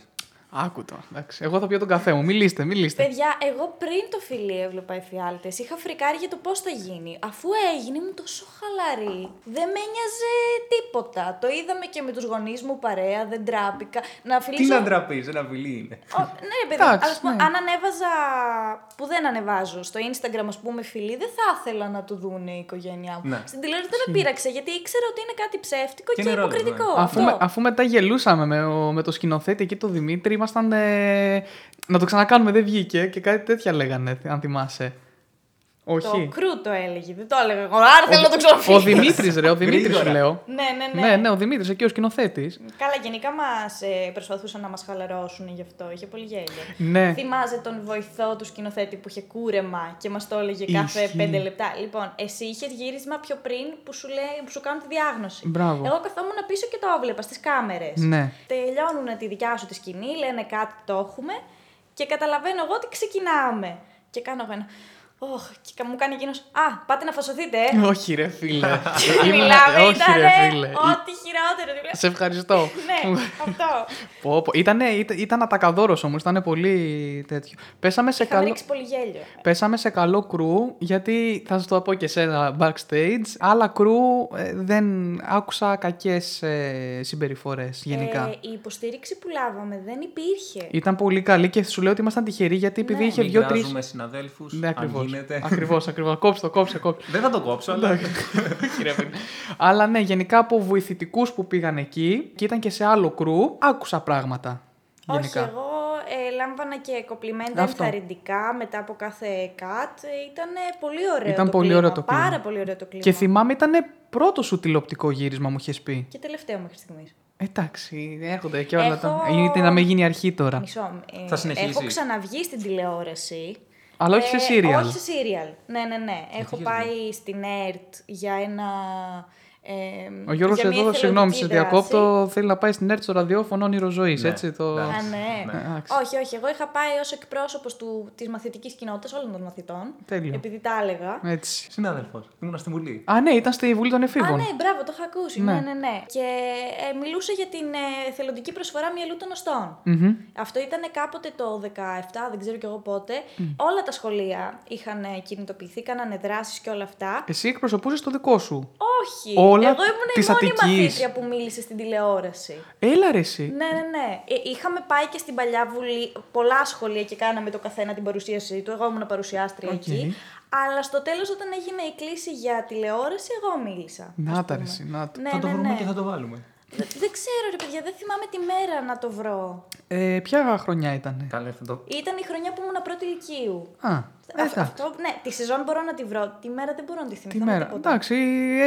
C: Άκου το. Εντάξει. Εγώ θα πιω τον καφέ μου. Μιλήστε, μιλήστε.
D: Παιδιά, εγώ πριν το φιλί έβλεπα εφιάλτε. Είχα φρικάρει για το πώς θα γίνει. Αφού έγινε, ήμουν τόσο χαλαρή. Δεν με νοιάζε τίποτα. Το είδαμε και με τους γονείς μου παρέα, δεν τράπηκα. Να
B: Τι
D: φιλήσω.
B: να ντραπείς, ένα φιλί είναι.
D: Ο, ναι, ρε παιδί,
C: Εντάξει,
D: ας πούμε,
C: ναι.
D: αν ανέβαζα. που δεν ανεβάζω στο Instagram, ας πούμε, φιλί, δεν θα ήθελα να το δουν η οικογένειά μου.
B: Ναι.
D: Στην τηλεόραση δεν με πείραξε, γιατί ήξερα ότι είναι κάτι ψεύτικο και,
B: είναι ρόλος,
D: υποκριτικό.
B: ναι.
C: Αφού, με,
D: Αυτό.
C: αφού μετά γελούσαμε με, ο- με το σκηνοθέτη εκεί, το Δημήτρη, ήμασταν. ε, να το ξανακάνουμε, δεν βγήκε και κάτι τέτοια λέγανε, αν θυμάσαι. Όχι.
D: Το κρού το έλεγε. Δεν το έλεγα εγώ. Άρα θέλω να το ξαναφύγει.
C: Ο Δημήτρης, ρε, ο Δημήτρης σου
B: Γρήγορα.
C: λέω.
D: Ναι, ναι, ναι.
C: Ναι, ναι, ο Δημήτρης, εκεί ο σκηνοθέτης.
D: Καλά, γενικά μας προσπαθούσαν να μας χαλαρώσουν γι' αυτό. Είχε πολύ γέλιο.
C: Ναι.
D: Θυμάζε τον βοηθό του σκηνοθέτη που είχε κούρεμα και μας το έλεγε κάθε
C: Ισχύει.
D: πέντε λεπτά. Λοιπόν, εσύ είχες γύρισμα πιο πριν που σου, λέει, που σου κάνουν τη διάγνωση.
C: Μπράβο.
D: Εγώ καθόμουν πίσω και το έβλεπα στις κάμερες.
C: Ναι.
D: Τελειώνουν τη δικιά σου τη σκηνή, λένε κάτι το έχουμε και καταλαβαίνω εγώ ότι ξεκινάμε. Και κάνω εγώ ένα. Ωχ, και κα- μου κάνει εκείνος. Α, πάτε να φασωθείτε, ε.
C: Όχι, ρε φίλε.
D: Και
C: Ήμουν-
D: Μιλάμε,
C: Όχι,
D: ήταν
C: ρε φίλε.
D: ό,τι χειρότερο. του λέω.
C: Σε ευχαριστώ.
D: Ναι, αυτό.
C: Πω, πω. Ήτανε, ήταν, ήταν ατακαδόρος όμως, ήταν πολύ τέτοιο. Πέσαμε σε
D: Είχαμε
C: καλό.
D: ρίξει πολύ γέλιο.
C: Πέσαμε σε καλό κρού, γιατί θα σας το πω και σένα backstage, άλλα κρού ε, δεν άκουσα κακές ε, συμπεριφορές γενικά. Ε,
D: Ε, η υποστήριξη που λάβαμε δεν υπήρχε.
C: Ήταν πολύ καλή και σου λέω ότι ήμασταν τυχεροί γιατί επειδή
D: Ναι.
C: είχε
B: Μην
C: δύο-τρει.
B: κράζουμε συναδέλφους,
C: Ναι, ακριβώς.
B: αν γίνεται.
C: Ακριβώς, ακριβώς. Κόψτε το, κόψτε, κόψτε.
B: Δεν θα το κόψω, αλλά...
C: Όχι, ρε, παιδί. Αλλά ναι, γενικά από βοηθητικούς που πήγαν εκεί και ήταν και σε άλλο κρού, άκουσα πράγματα. Γενικά.
D: Όχι, εγώ ε, λάμβανα και κοπλιμέντα
C: Αυτό.
D: ενθαρρυντικά μετά από κάθε cut. ε, Ήταν πολύ ωραίο
C: Ήταν
D: το
C: πολύ
D: κλίμα.
C: ωραίο το κλίμα.
D: Πάρα πολύ ωραίο το κλίμα.
C: Και θυμάμαι ήταν πρώτο σου τηλεοπτικό γύρισμα, μου είχες πει.
D: Και τελευταίο μέχρι στιγμής.
C: Εντάξει, έρχονται και όλα
D: Έχω-
C: τα. Είναι να με γίνει αρχή τώρα.
D: Μισό. ε,
B: Θα συνεχίσει.
D: Έχω ξαναβγεί στην τηλεόραση. Ε,
C: Αλλά όχι σε serial.
D: Όχι σε serial. Ναι, ναι, ναι. Έχω
B: είχες
D: πάει στην ΕΡΤ για ένα. Ε,
C: Ο Γιώργος
D: για μια
C: εδώ, συγγνώμη, σε
D: εθελοντική δράση.
C: διακόπτω, θέλει να πάει στην ΕΡΤ στο ραδιόφωνο όνειρο ζωής.
B: Ναι,
C: Έτσι το.
B: εντάξει.
D: Α, ναι.
B: Ναι.
C: Εντάξει.
D: Όχι, όχι. Εγώ είχα πάει ως εκπρόσωπος της μαθητικής κοινότητας όλων των μαθητών.
C: Τέλειο.
D: Επειδή τα έλεγα.
C: Έτσι.
B: Συνάδελφος, ήμουν στη Βουλή.
C: Α, ναι, ήταν στη Βουλή των
D: Α,
C: Εφήβων.
D: ναι, μπράβο, το είχα ακούσει. Ναι,
C: Ναι.
D: ναι, ναι. Και ε, μιλούσε για την ε, θελοντική προσφορά μυελού των οστών.
C: Μμμ.
D: Αυτό ήταν κάποτε το 17, δεν ξέρω κι εγώ πότε. Όλα τα σχολεία είχαν ε, κινητοποιηθεί, κάνανε δράσεις και όλα αυτά.
C: Εσύ εκπροσωπούσες το δικό σου.
D: Όχι.
C: Ε, Όλα
D: εγώ ήμουν
C: της
D: η μόνη
C: Αττικής.
D: μαθήτρια που μίλησε στην τηλεόραση.
C: Έλα ρε εσύ.
D: Ναι, ναι, ναι. Ε, Είχαμε πάει και στην παλιά βουλή πολλά σχολεία και κάναμε το καθένα την παρουσίασή του. Εγώ ήμουν παρουσιάστρια
C: Οκ.
D: εκεί. Αλλά στο τέλος, όταν έγινε η κλίση για τηλεόραση, εγώ μίλησα.
C: Να τα ρε εσύ, να τα.
D: Ναι,
B: θα το
D: ναι,
B: βρούμε
D: ναι.
B: και θα το βάλουμε.
D: Δε- Δεν ξέρω, ρε παιδιά, δεν θυμάμαι τη μέρα να το βρω.
C: Ε, ποια χρονιά ήτανε.
B: Καλέ, θα
C: Ναι.
B: το...
D: Ήταν η χρονιά που ήμουν πρώτη ηλικίου.
C: Α, ε,
D: Αυτό-
C: εντάξει.
D: αυτό, ναι, τη σεζόν μπορώ να τη βρω. Τη μέρα δεν μπορώ να τη θυμηθώ.
C: Τη
D: με
C: μέρα.
D: τίποτα.
C: Εντάξει,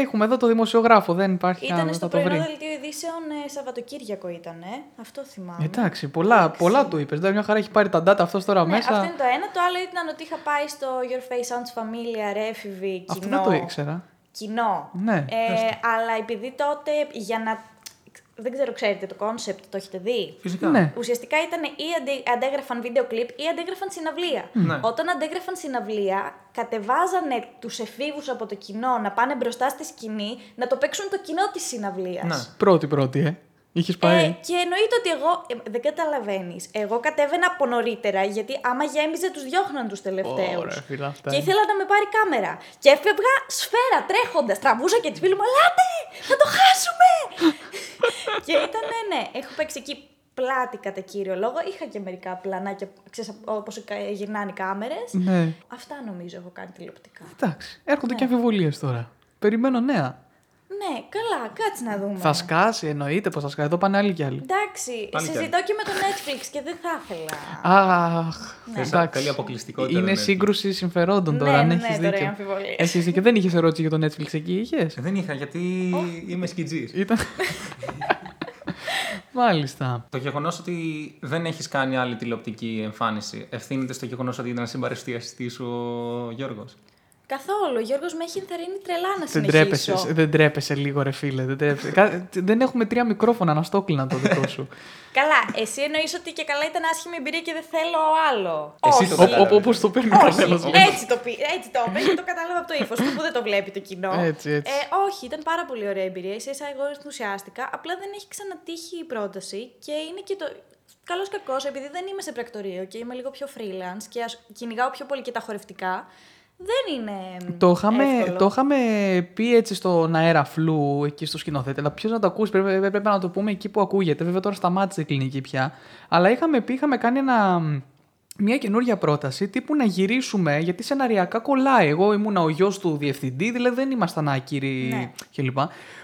C: έχουμε εδώ το δημοσιογράφο, δεν υπάρχει
D: Ήταν
C: άλλο,
D: στο
C: θα το
D: πρωινό
C: βρει.
D: δελτίο ειδήσεων ε, Σαββατοκύριακο ήταν. Αυτό θυμάμαι.
C: Εντάξει, πολλά, πολλά του είπε. Μια χαρά έχει πάρει τα data αυτός τώρα
D: Ναι,
C: μέσα.
D: αυτό είναι το ένα. Το άλλο ήταν ότι είχα πάει στο Your Face Sounds Familia, Refivi, κοινό.
C: Αυτό δεν το ήξερα.
D: Κοινό.
C: Ναι,
D: ε, αλλά επειδή τότε για να. Δεν ξέρω, ξέρετε το κόνσεπτ, το έχετε δει.
B: Φυσικά.
C: Ναι.
D: Ουσιαστικά ήταν ή αντε- αντέγραφαν βίντεο κλιπ ή αντέγραφαν συναυλία.
B: Ναι.
D: Όταν αντέγραφαν συναυλία, κατεβάζανε τους εφήβους από το κοινό να πάνε μπροστά στη σκηνή να το παίξουν το κοινό της συναυλίας.
B: Ναι.
C: Πρώτη-πρώτη, ε. Είχες
D: Ε,
C: πάει.
D: και εννοείται ότι εγώ. ε, δεν καταλαβαίνεις. Εγώ κατέβαινα από νωρίτερα, γιατί άμα γέμιζε, τους διώχναν τους τελευταίους.
C: Ωραία, φίλα, αυτά
D: Και
C: είναι.
D: ήθελα να με πάρει κάμερα. Και έφευγα σφαίρα τρέχοντας. Τραβούσα και τη φίλη μου, Ελάτε! Θα το χάσουμε! και ήταν, ναι, ναι, έχω παίξει εκεί πλάτη κατά κύριο λόγο. Είχα και μερικά πλανάκια, ξέρεις, όπως γυρνάνε οι κάμερες.
C: Ναι.
D: Αυτά νομίζω έχω κάνει τηλεοπτικά.
C: Εντάξει, έρχονται και αμφιβολίες τώρα. Περιμένω νέα.
D: Ναι, καλά, κάτσε να δούμε.
C: Θα σκάσει, εννοείται πως θα σκάσει. Εδώ πάνε άλλοι κι άλλοι.
D: Εντάξει,
B: Πάλι κι
D: συζητώ και με το Netflix και δεν θα ήθελα.
C: Αχ,
B: Θες
C: εντάξει.
B: καλή αποκλειστικότητα, ναι.
C: Είναι
B: δεν έχει.
C: σύγκρουση συμφερόντων
D: Ναι,
C: τώρα, αν
D: ναι,
C: έχεις
D: τώρα οι
C: δίκιο.
D: αμφιβολίες.
C: Έχει δίκιο. Δεν είχες ερώτηση για το Netflix εκεί, είχες.
B: Δεν είχα, γιατί είμαι σκιτζής.
C: Ήταν. Μάλιστα.
B: Το γεγονός ότι δεν έχεις κάνει άλλη τηλεοπτική εμφάνιση ευθύνεται στο γεγονός ότι ήταν συμπαρεστιαστής σου ο Γιώργος.
D: Καθόλου. Ο Γιώργος με έχει ενθαρρύνει τρελά να
C: Δεν
D: συνεχίσω.
C: τρέπεσαι, δεν τρέπεσαι λίγο, ρε φίλε. Δεν, τρέπεσαι. Κα- δεν έχουμε τρία μικρόφωνα να στόκλινα το δικό σου.
D: Καλά, εσύ εννοείς ότι και καλά ήταν άσχημη εμπειρία και δεν θέλω άλλο.
B: Εσύ το
D: Όχι.
B: κατάλαβες.
C: Όπως το παίρνει ο καθένας.
D: Όχι, Ε, έτσι το, πει, έτσι το είπε και το κατάλαβα από το ύφος του που δεν το βλέπει το κοινό.
C: Έτσι, έτσι.
D: Ε, όχι, ήταν πάρα πολύ ωραία εμπειρία. Ίσα ίσα εγώ ενθουσιάστηκα. Απλά δεν έχει ξανατύχει η πρόταση και είναι και το. Καλός κακός, επειδή δεν είμαι σε πρακτορείο και είμαι λίγο πιο freelance και ας- κυνηγάω πιο πολύ και τα χορευτικά, δεν είναι. μ,
C: Το είχαμε,
D: εύκολο.
C: το είχαμε πει έτσι στον αέρα φλού εκεί στο σκηνοθέτη, αλλά ποιος να το ακούσει, πρέπει, πρέπει να το πούμε εκεί που ακούγεται. Βέβαια τώρα σταμάτησε η κλινική πια. Αλλά είχαμε πει, είχαμε κάνει ένα, μια καινούργια πρόταση τύπου να γυρίσουμε, γιατί σεναριακά κολλάει. Εγώ ήμουν ο γιος του διευθυντή, δηλαδή δεν ήμασταν άκυροι
D: Ναι.
C: κλπ.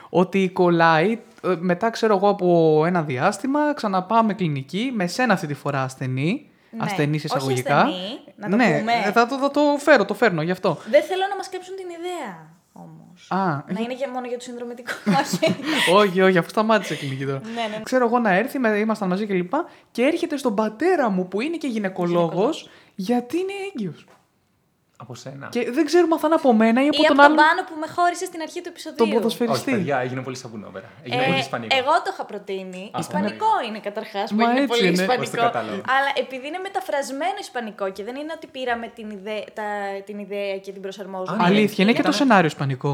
C: Ότι κολλάει, ε, μετά ξέρω εγώ από ένα διάστημα, ξαναπάμε κλινική, με σένα αυτή τη φορά ασθενή.
D: Ναι.
C: Ασθενή
D: Όχι
C: εισαγωγικά.
D: ασθενή, να το
C: ναι,
D: πούμε.
C: Θα το, θα το φέρω, το φέρνω γι' αυτό.
D: Δεν θέλω να μας κλέψουν την ιδέα όμως.
C: Α,
D: Να είναι για μόνο για το συνδρομητικό. Όχι.
C: όχι, όχι, αφού σταμάτησε η κλινική τώρα.
D: Ναι, ναι, ναι.
C: Ξέρω εγώ να έρθει, με- ήμασταν μαζί και λοιπά, και έρχεται στον πατέρα μου που είναι και γυναικολόγος, γιατί είναι έγκυος.
B: Από σένα.
C: Και δεν ξέρουμε αν θα είναι από μένα ή από
D: Ή από
C: τον
D: τον
C: άλλον.
D: πάνω που με χώρισε στην αρχή του επεισοδίου.
C: Τον
B: Όχι,
C: ποδοσφαιριστή.
B: παιδιά, έγινε πολύ σαπουνόπερα. Έγινε
D: Ε,
B: πολύ ισπανικό.
D: εγώ το είχα προτείνει.
B: Α, ναι.
D: ισπανικό είναι καταρχάς. Που
C: Μα
D: είναι
C: έτσι
D: πολύ
C: είναι.
B: Ως το
D: ισπανικό.
B: κατάλαβα.
D: Αλλά επειδή είναι μεταφρασμένο ισπανικό και δεν είναι ότι πήραμε την, ιδέ, τα, την ιδέα και την προσαρμόζουμε.
B: Α, ναι.
C: Αλήθεια,
D: Ναι,
C: είναι και το
B: Ήταν-
C: σενάριο ισπανικό.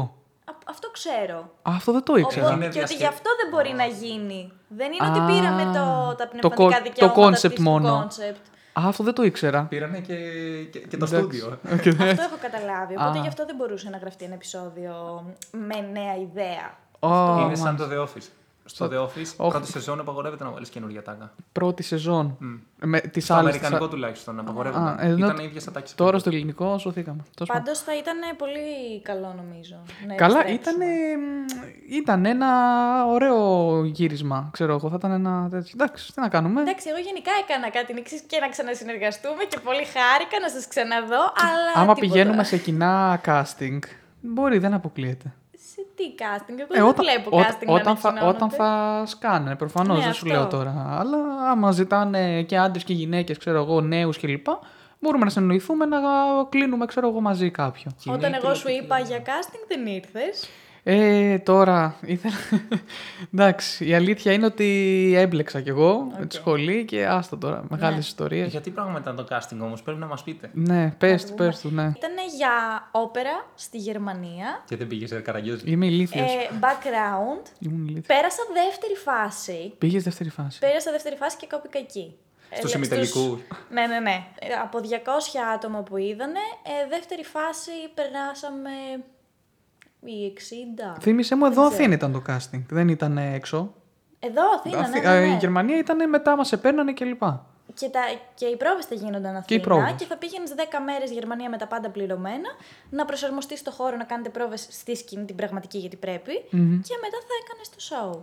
D: Α, Αυτό ξέρω.
C: Α, Αυτό δεν το ήξερα.
B: Είναι
D: Οπότε, και ότι
B: διασκε-
D: γι' αυτό δεν μπορεί να γίνει. Δεν είναι
C: Α,
D: ότι πήραμε το, τα
C: το κον-
D: πνευματικά
C: το
D: δικαιώματα.
C: concept
D: της- του
C: μόνο.
D: concept.
C: Α, αυτό δεν το ήξερα.
B: Πήρανε και, και, και το
C: Εντάξει.
B: στούντιο.
D: Αυτό έχω καταλάβει. Οπότε
C: Α.
D: γι' αυτό δεν μπορούσε να γραφτεί ένα επεισόδιο με νέα ιδέα.
C: Ω,
B: είναι σαν
C: μάλιστα.
B: το The Office. Στο The Office,
C: Όχι.
B: πρώτη σεζόν απαγορεύεται να βάλεις καινούργια τάγα.
C: Πρώτη σεζόν. Με τις
B: Στο
C: άλλες-
B: αμερικανικό τουλάχιστον
C: Α, ε,
B: απαγορεύεται.
C: ενώ
B: Ήταν οι ίδιε ατάξει.
C: Τώρα στο ελληνικό σωθήκαμε. Τέλος πάντων.
D: Πάντως θα ήταν πολύ καλό νομίζω. να
C: Καλά, ήταν,
D: επιστρέψουμε.
C: ήταν ένα ωραίο γύρισμα, ξέρω εγώ. Θα ήταν ένα τέτοιο. Εντάξει, τι να κάνουμε.
D: Εντάξει, εγώ γενικά έκανα κάτι νήξη και να ξανασυνεργαστούμε και πολύ χάρηκα να σας ξαναδώ, αλλά.
C: Άμα
D: τίποτα.
C: πηγαίνουμε σε κοινά casting, μπορεί, δεν αποκλείεται.
D: Σε τι casting, εγώ δεν βλέπω
C: ό-
D: casting. να
C: Ε, όταν, θα,
D: ανακοινώνονται.
C: όταν θα σκάνε, προφανώς
D: Ναι,
C: δεν σου
D: αυτό.
C: λέω τώρα. Αλλά άμα ζητάνε και άντρες και γυναίκες, ξέρω εγώ, νέους κλπ. Μπορούμε να συνεννοηθούμε να κλείνουμε, ξέρω εγώ, μαζί κάποιον.
D: Όταν εγώ σου είπα για casting δεν ήρθες.
C: Ε, τώρα ήθελα. Εντάξει, η αλήθεια είναι ότι έμπλεξα κι εγώ με τη σχολή και άστα τώρα. Μεγάλες ναι. ιστορίες.
B: Γιατί πράγματα το casting όμως, πρέπει να μας πείτε.
C: Ναι, πες του, πες του, ναι.
D: Ήταν για όπερα στη Γερμανία.
B: Και δεν πήγες σε καραγκιόζη.
C: Είμαι ηλίθιος.
D: Ε, background.
C: Ήμουν ηλίθιος.
D: Πέρασα δεύτερη φάση.
C: Πήγες δεύτερη φάση.
D: Πέρασα δεύτερη φάση και κόπηκα εκεί. Ε,
B: Στους
D: λέ-
B: ημιτελικούς.
D: Ναι, ναι, ναι. Ε, Από 200 άτομα που είδανε, ε, δεύτερη φάση περνάσαμε οι 60.
C: Θύμησε μου, εδώ Αθήνα ήταν το casting. Δεν ήταν ε, έξω.
D: Εδώ, Αθήνα,
C: Αθη-
D: ναι,
C: ε,
D: ναι,
C: Η
D: ναι.
C: Γερμανία ήταν μετά, μας επέρνανε κλπ.
D: Και, τα, και οι πρόβες θα γίνονταν Αθήνα.
C: Και οι πρόβες.
D: θα πήγαινες 10 μέρες Γερμανία με τα πάντα πληρωμένα, να προσαρμοστείς στο χώρο, να κάνετε πρόβες στη σκηνή την πραγματική γιατί πρέπει, Και μετά θα έκανες το show.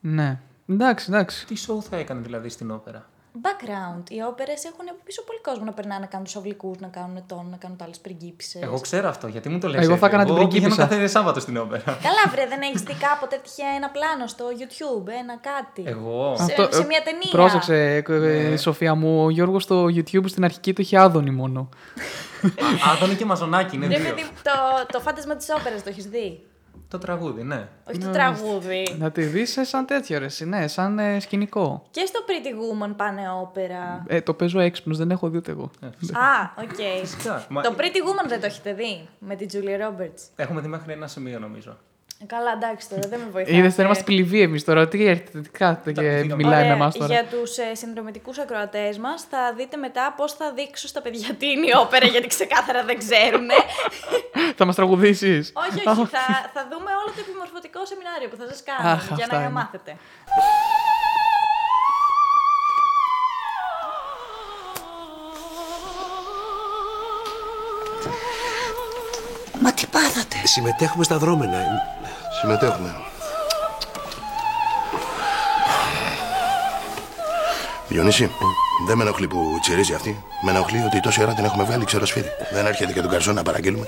C: Ναι. Εντάξει, εντάξει.
B: Τι show θα έκανε δηλαδή στην όπερα.
D: Background. Οι όπερες έχουν από πίσω πολύ κόσμο να περνάνε να κάνουν τους αυλικούς, να κάνουν τόν, να κάνουν άλλε πριγκίψε.
B: Εγώ ξέρω αυτό, γιατί μου το λες
C: Εγώ
B: έτσι.
C: θα έκανα την
B: Εγώ
C: πριγκίπισσα.
B: πηγαίνω κάθε Σάββατο στην όπερα.
D: Καλά, βρε, δεν έχεις δει κάποτε τυχαία ένα πλάνο στο YouTube, ένα κάτι.
B: Εγώ.
D: Σε- σε
C: ε,
D: μια ταινία. Ναι.
C: Πρόσεξε, ε, ε, Σοφία μου. Ο Γιώργος στο YouTube στην αρχική του είχε άδωνη μόνο.
B: Άδωνη και μαζονάκι είναι
D: Ρε, παιδί,
B: δύο.
D: το, το φάντασμα της όπερας το έχεις δει.
B: Το τραγούδι, ναι.
D: Όχι το τραγούδι.
C: Να τη δεις σαν τέτοιο ρε, συ, ναι, σαν ε, σκηνικό.
D: Και στο Pretty Woman πάνε όπερα.
C: Ε, το παίζω έξυπνος, δεν έχω δει ούτε εγώ.
D: Α, οκ.
B: Φυσικά. Μα-
D: Το Pretty Woman δεν το έχετε δει με την Julia Roberts.
B: Έχουμε δει μέχρι ένα σημείο νομίζω.
D: Καλά, εντάξει τώρα, δεν με βοηθάει.
C: Είδες Ε, τώρα είμαστε πληβοί εμείς τώρα. Τι έρχεται τι κάθεται
B: Τα
C: και
B: πήγαμε.
C: μιλάει με εμάς τώρα.
D: Για τους ε, συνδρομητικούς ακροατές μας, θα δείτε μετά πώς θα δείξω στα παιδιά τι είναι η όπερα, γιατί ξεκάθαρα δεν ξέρουν.
C: Θα μας τραγουδήσεις.
D: όχι, όχι. θα, θα δούμε όλο το επιμορφωτικό σεμινάριο που θα σας κάνω
C: Αχ,
D: για
C: αυτά
D: να
C: είναι.
D: μάθετε.
E: Μα τι πάθατε.
F: Συμμετέχουμε στα δρόμενα. Ε,
G: Συμμετέχουμε.
F: Διονύση,
G: Δεν με ενοχλεί που τσιρίζει αυτή. Με ενοχλεί ότι τόση ώρα την έχουμε βγάλει ξεροσφίδι. Δεν έρχεται και τον καρσό να παραγγείλουμε.